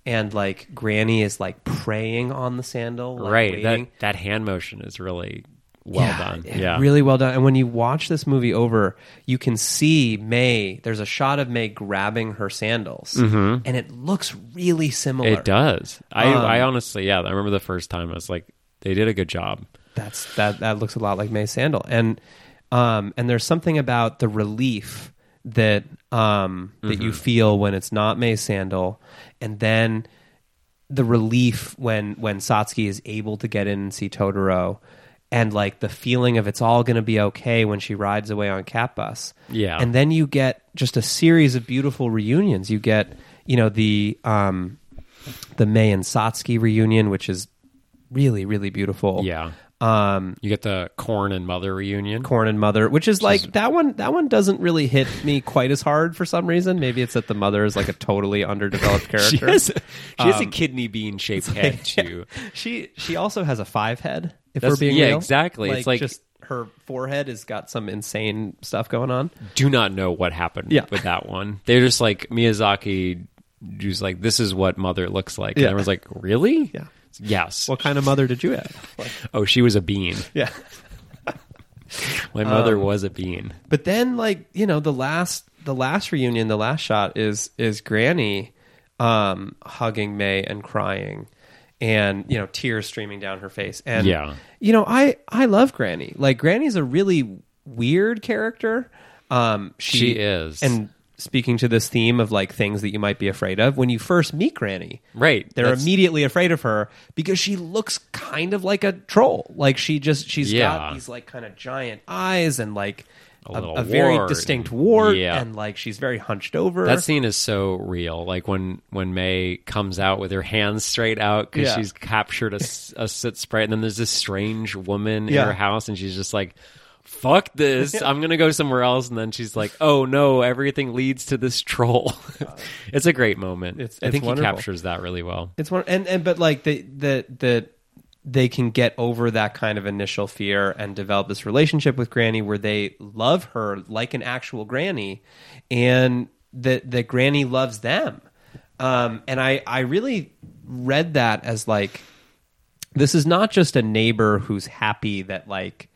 Speaker 1: and like Granny is like praying on the sandal, like,
Speaker 3: right. That
Speaker 1: waiting.
Speaker 3: that hand motion is really well done. Yeah.
Speaker 1: really well done. And when you watch this movie over, you can see May. There's a shot of May grabbing her sandals, and it looks really similar.
Speaker 3: Mm-hmm. It does. I, I honestly, yeah, I remember the first time I was like, they did a good job.
Speaker 1: that's that that looks a lot like May's sandal. And um and there's something about the relief that um that
Speaker 3: Mm-hmm.
Speaker 1: you feel when it's not May's sandal and then the relief when when Satsuki is able to get in and see Totoro and like the feeling of it's all going to be okay when she rides away on cat bus.
Speaker 3: Yeah.
Speaker 1: And then you get just a series of beautiful reunions. You get, you know, the um the May and Satsuki reunion which is really really beautiful.
Speaker 3: Yeah.
Speaker 1: Um
Speaker 3: You get the corn and mother reunion.
Speaker 1: Corn and Mother, which is like that one. That one doesn't really hit me quite as hard for some reason. Maybe it's that the mother is like a totally underdeveloped
Speaker 3: She
Speaker 1: character. Um,
Speaker 3: has, she has a kidney bean shaped head too.
Speaker 1: she she also has a five head. If
Speaker 3: That's-
Speaker 1: we're being
Speaker 3: yeah,
Speaker 1: real.
Speaker 3: exactly.
Speaker 1: Like,
Speaker 3: It's like-
Speaker 1: just her forehead has got some insane stuff going on.
Speaker 3: Do not know what happened
Speaker 1: Yeah.
Speaker 3: with that one. They're just like Miyazaki. Who's like this is what mother looks like, and
Speaker 1: Yeah.
Speaker 3: everyone's like, really?
Speaker 1: Yeah.
Speaker 3: Yes.
Speaker 1: What kind of mother did you have? Like,
Speaker 3: oh, she was a bean.
Speaker 1: yeah.
Speaker 3: My mother was a bean.
Speaker 1: But then, like you know, the last the last reunion, the last shot is is Granny um, hugging May and crying, and you know, tears streaming down her face. And
Speaker 3: Yeah.
Speaker 1: you know, I I love Granny. Like Granny's a really weird character. Um, she,
Speaker 3: She is.
Speaker 1: And speaking to this theme of like things that you might be afraid of when you first meet Granny,
Speaker 3: Right.
Speaker 1: They're
Speaker 3: That's-
Speaker 1: immediately afraid of her because she looks kind of like a troll. Like she just she's
Speaker 3: Yeah.
Speaker 1: got these like kind of giant eyes and like
Speaker 3: A
Speaker 1: a,
Speaker 3: little
Speaker 1: a very
Speaker 3: wart.
Speaker 1: distinct wart,
Speaker 3: Yeah.
Speaker 1: and like she's very hunched over.
Speaker 3: That scene is so real. Like when when May comes out with her hands straight out because
Speaker 1: Yeah.
Speaker 3: she's captured a, s- a sit sprite, and then there's this strange woman
Speaker 1: Yeah.
Speaker 3: in her house, and she's just like, "Fuck this! I'm gonna go somewhere else." And then she's like, "Oh no! Everything leads to this troll." it's a great moment.
Speaker 1: It's-
Speaker 3: I
Speaker 1: it's
Speaker 3: think
Speaker 1: wonderful.
Speaker 3: he captures that really well.
Speaker 1: it's one and and but like the the the they can get over that kind of initial fear and develop this relationship with Granny where they love her like an actual Granny, and that that Granny loves them. Um, and I I really read that as like this is not just a neighbor who's happy that like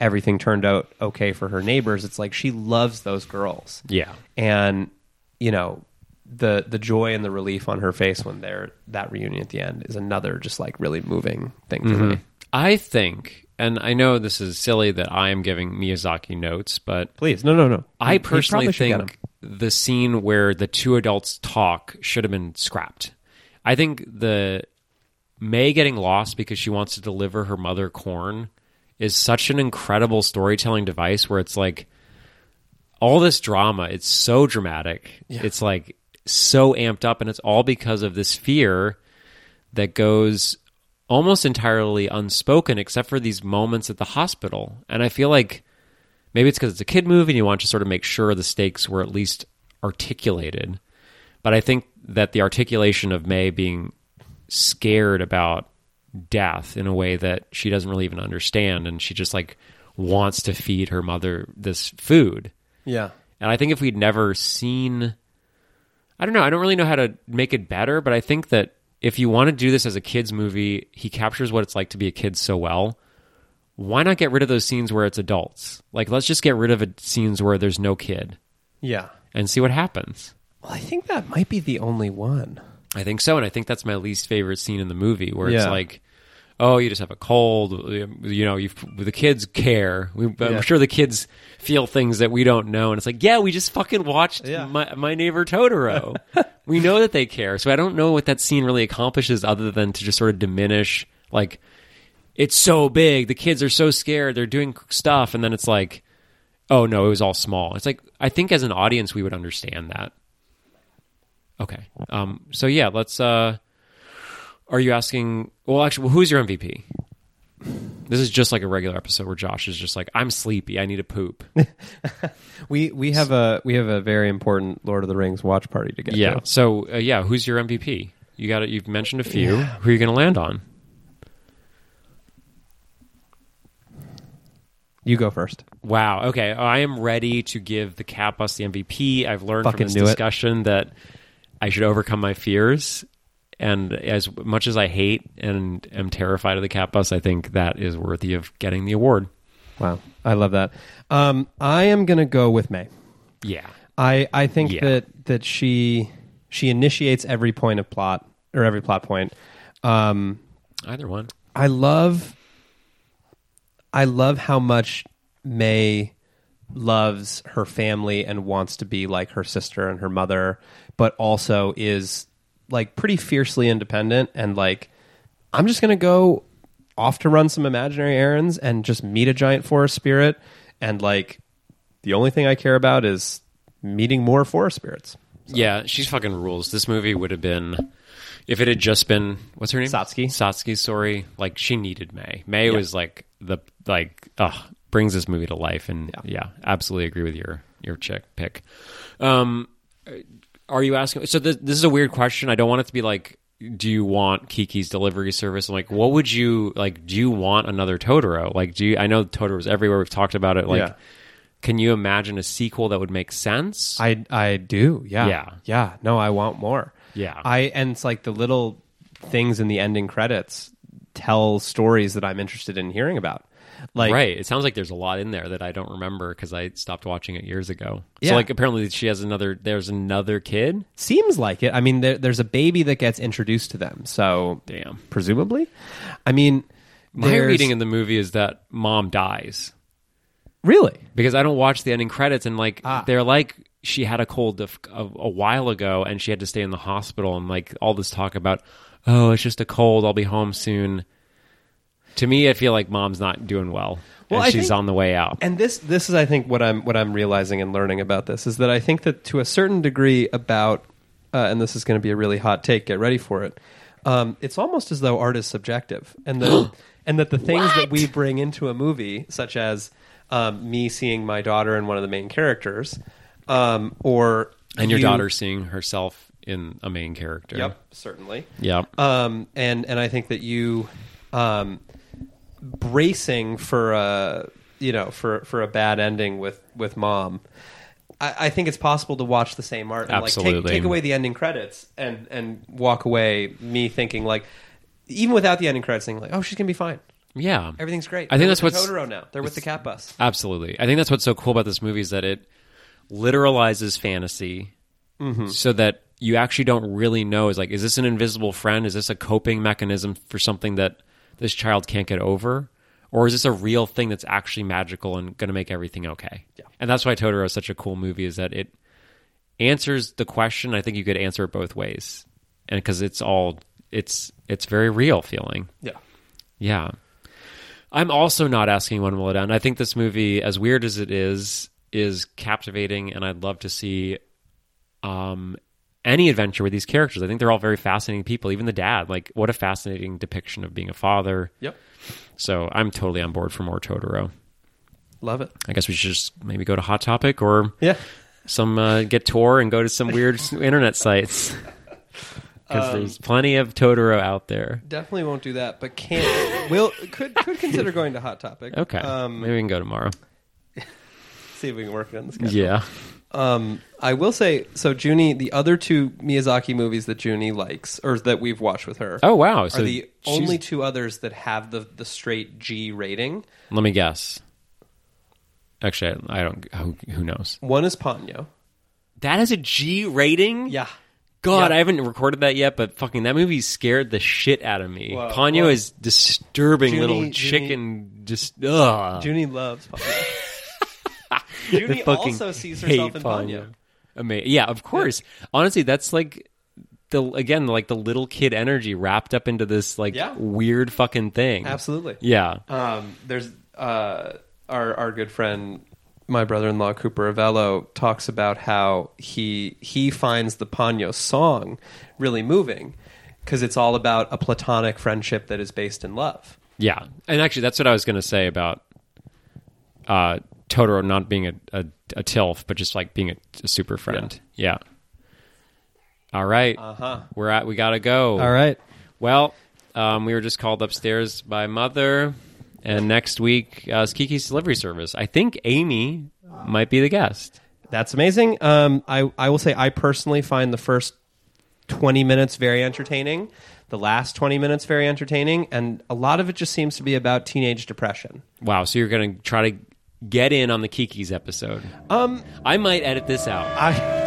Speaker 1: everything turned out okay for her neighbors it's like she loves those girls
Speaker 3: Yeah.
Speaker 1: and you know the the joy and the relief on her face when they're that reunion at the end is another just like really moving thing for me
Speaker 3: I think, and I know this is silly that I am giving Miyazaki notes, but
Speaker 1: please no no no You-
Speaker 3: I
Speaker 1: you
Speaker 3: personally
Speaker 1: probably should get
Speaker 3: think the scene where the two adults talk should have been scrapped. I think the May getting lost because she wants to deliver her mother corn is such an incredible storytelling device where it's like all this drama, it's so dramatic. It's like so amped up and it's all because of this fear that goes almost entirely unspoken except for these moments at the hospital. And I feel like maybe it's because it's a kid movie and you want to sort of make sure the stakes were at least articulated. But I think that the articulation of May being scared about death in a way that she doesn't really even understand and she just like wants to feed her mother this food.
Speaker 1: yeah
Speaker 3: And I think if we'd never seen, I don't know, I don't really know how to make it better, but I think that if you want to do this as a kids movie, he captures what it's like to be a kid so well. Why not get rid of those scenes where it's adults? Like, let's just get rid of it- scenes where there's no kid
Speaker 1: Yeah.
Speaker 3: and see what happens.
Speaker 1: Well, I think that might be the only one.
Speaker 3: I think so, and I think that's my least favorite scene in the movie, where it's
Speaker 1: Yeah.
Speaker 3: like, "Oh, you just have a cold." You know, you've, the kids care. We, I'm
Speaker 1: Yeah.
Speaker 3: sure the kids feel things that we don't know, and it's like, "Yeah, we just fucking watched
Speaker 1: Yeah.
Speaker 3: my, my neighbor Totoro. we know that they care." So I don't know what that scene really accomplishes, other than to just sort of diminish, like, "It's so big. The kids are so scared. They're doing stuff," and then it's like, "Oh no, it was all small." It's like I think as an audience we would understand that. Okay. Um, so yeah, let's. Uh, are you asking? Well, actually, well, who's your MVP? This is just like a regular episode where Josh is just like, "I'm sleepy. I need to poop."
Speaker 1: We we have a we have a very important Lord of the Rings watch party to get
Speaker 3: yeah.
Speaker 1: to.
Speaker 3: So uh, yeah, who's your MVP? You got it. You've mentioned a few. Who are you going to land on?
Speaker 1: You go first.
Speaker 3: Wow. Okay. I am ready to give the cat bus the MVP. I've learned
Speaker 1: Fucking
Speaker 3: from this
Speaker 1: knew it.
Speaker 3: discussion that I should overcome my fears. And as much as I hate and am terrified of the cat bus, I think that is worthy of getting the award.
Speaker 1: Wow, I love that. Um, I am gonna go with May.
Speaker 3: Yeah.
Speaker 1: I I think
Speaker 3: Yeah.
Speaker 1: that that she she initiates every point of plot or every plot point. Um,
Speaker 3: Either one.
Speaker 1: I love I love how much May loves her family and wants to be like her sister and her mother, but also is like pretty fiercely independent and like I'm just going to go off to run some imaginary errands and just meet a giant forest spirit and like the only thing I care about is meeting more forest spirits.
Speaker 3: Yeah, she's fucking rules. This movie would have been if it had just been what's her name?
Speaker 1: Satsuki.
Speaker 3: Satsuki, sorry. Like she needed May. May was like the like ugh, brings this movie to life and yeah, absolutely agree with your your chick pick. Um are you asking so this, this is a weird question. I don't want it to be like do you want Kiki's delivery service? I'm like, what would you like? Do you want another Totoro? Like, do you? I know Totoro's everywhere. We've talked about it. Like,
Speaker 1: Yeah.
Speaker 3: can you imagine a sequel that would make sense?
Speaker 1: I I do. Yeah.
Speaker 3: Yeah.
Speaker 1: Yeah. No, I want more.
Speaker 3: Yeah.
Speaker 1: I and it's like the little things in the ending credits tell stories that I'm interested in hearing about. Like
Speaker 3: right. It sounds like there's a lot in there that I don't remember because I stopped watching it years ago.
Speaker 1: Yeah.
Speaker 3: So like apparently she has another. There's another kid.
Speaker 1: seems like it. I mean there, there's a baby that gets introduced to them. So
Speaker 3: Damn.
Speaker 1: presumably. I mean
Speaker 3: My
Speaker 1: there's-
Speaker 3: reading in the movie is that mom dies
Speaker 1: Really?
Speaker 3: because I don't watch the ending credits and like
Speaker 1: Ah.
Speaker 3: they're like she had a cold a, a, a while ago and she had to stay in the hospital and like all this talk about oh it's just a cold I'll be home soon. To me, I feel like mom's not doing well.
Speaker 1: Well,
Speaker 3: and
Speaker 1: I
Speaker 3: she's
Speaker 1: think-
Speaker 3: on the way out.
Speaker 1: And this this is I think what I'm what I'm realizing and learning about this is that I think that to a certain degree about uh, and this is going to be a really hot take. Get ready for it. Um, it's almost as though art is subjective, and the and that the things that we bring into a movie, such as um, me seeing my daughter in one of the main characters, um, or
Speaker 3: And your
Speaker 1: you-
Speaker 3: daughter seeing herself in a main character.
Speaker 1: Yep, certainly
Speaker 3: Yep.
Speaker 1: um, and and I think that you um, bracing for a you know for for a bad ending with with mom. I, I think it's possible to watch the same art and like
Speaker 3: Absolutely.
Speaker 1: take, take away the ending credits and and walk away me thinking like even without the ending credits thinking like oh she's gonna be fine
Speaker 3: Yeah.
Speaker 1: everything's great
Speaker 3: I think
Speaker 1: They're
Speaker 3: that's
Speaker 1: with
Speaker 3: what's-
Speaker 1: Totoro now they're with the cat bus
Speaker 3: Absolutely. I think that's what's so cool about this movie is that it literalizes fantasy so that you actually don't really know is like, is this an invisible friend? Is this a coping mechanism for something that this child can't get over? Or is this a real thing that's actually magical and going to make everything okay? Yeah. And that's why Totoro is such a cool movie is that it answers the question. I think you could answer it both ways. And because it's all, it's, it's very real feeling.
Speaker 1: yeah
Speaker 3: Yeah. I'm also not asking when will it end. I think this movie, as weird as it is, is captivating, and I'd love to see um, any adventure with these characters. I think they're all very fascinating people, even the dad. Like, what a fascinating depiction of being a father.
Speaker 1: yep
Speaker 3: So I'm totally on board for more Totoro.
Speaker 1: love it
Speaker 3: I guess we should just maybe go to Hot Topic or
Speaker 1: yeah
Speaker 3: some uh, get Tor and go to some weird internet sites. Because
Speaker 1: Um,
Speaker 3: there's plenty of Totoro out there.
Speaker 1: definitely won't do that but can will could could consider going to hot topic
Speaker 3: Okay.
Speaker 1: um
Speaker 3: maybe we can go tomorrow.
Speaker 1: see if we can work it on the schedule
Speaker 3: Yeah.
Speaker 1: Um, I will say so. Junie, the other two Miyazaki movies that Junie likes, or that we've watched with her,
Speaker 3: Oh wow!
Speaker 1: are
Speaker 3: So
Speaker 1: the
Speaker 3: she's-
Speaker 1: only two others that have the the straight G rating.
Speaker 3: Let me guess. Actually, I I don't. Who, who knows?
Speaker 1: One is Ponyo.
Speaker 3: That is a G rating.
Speaker 1: Yeah.
Speaker 3: God,
Speaker 1: Yeah.
Speaker 3: I haven't recorded that yet, but fucking that movie scared the shit out of me.
Speaker 1: Well,
Speaker 3: Ponyo
Speaker 1: well-
Speaker 3: is disturbing
Speaker 1: Junie-
Speaker 3: little
Speaker 1: Junie-
Speaker 3: chicken. Just ugh.
Speaker 1: Junie loves Ponyo.
Speaker 3: I
Speaker 1: Junie
Speaker 3: fucking
Speaker 1: also sees herself
Speaker 3: hate
Speaker 1: in Ponyo.
Speaker 3: Ama- yeah, of course. Honestly, that's like the again like the little kid energy wrapped up into this like
Speaker 1: Yeah.
Speaker 3: weird fucking thing.
Speaker 1: Absolutely.
Speaker 3: Yeah.
Speaker 1: Um, there's uh, our our good friend, my brother-in-law Cooper Avello talks about how he he finds the Ponyo song really moving because it's all about a platonic friendship that is based in love.
Speaker 3: Yeah, and actually, that's what I was going to say about uh, Totoro not being a, a, a tilf, but just like being a, a super friend. Yeah. All right. Uh huh. We're at. We gotta go.
Speaker 1: Uh-huh. right.
Speaker 3: Well, um, we were just called upstairs by mother, and next week uh, is Kiki's delivery service. I think Amy might be the guest.
Speaker 1: That's amazing. Um, I I will say I personally find the first twenty minutes very entertaining, the last twenty minutes very entertaining, and a lot of it just seems to be about teenage depression.
Speaker 3: Wow. So you're gonna try to get in on the Kiki's episode.
Speaker 1: Um,
Speaker 3: I might edit this out.
Speaker 1: I.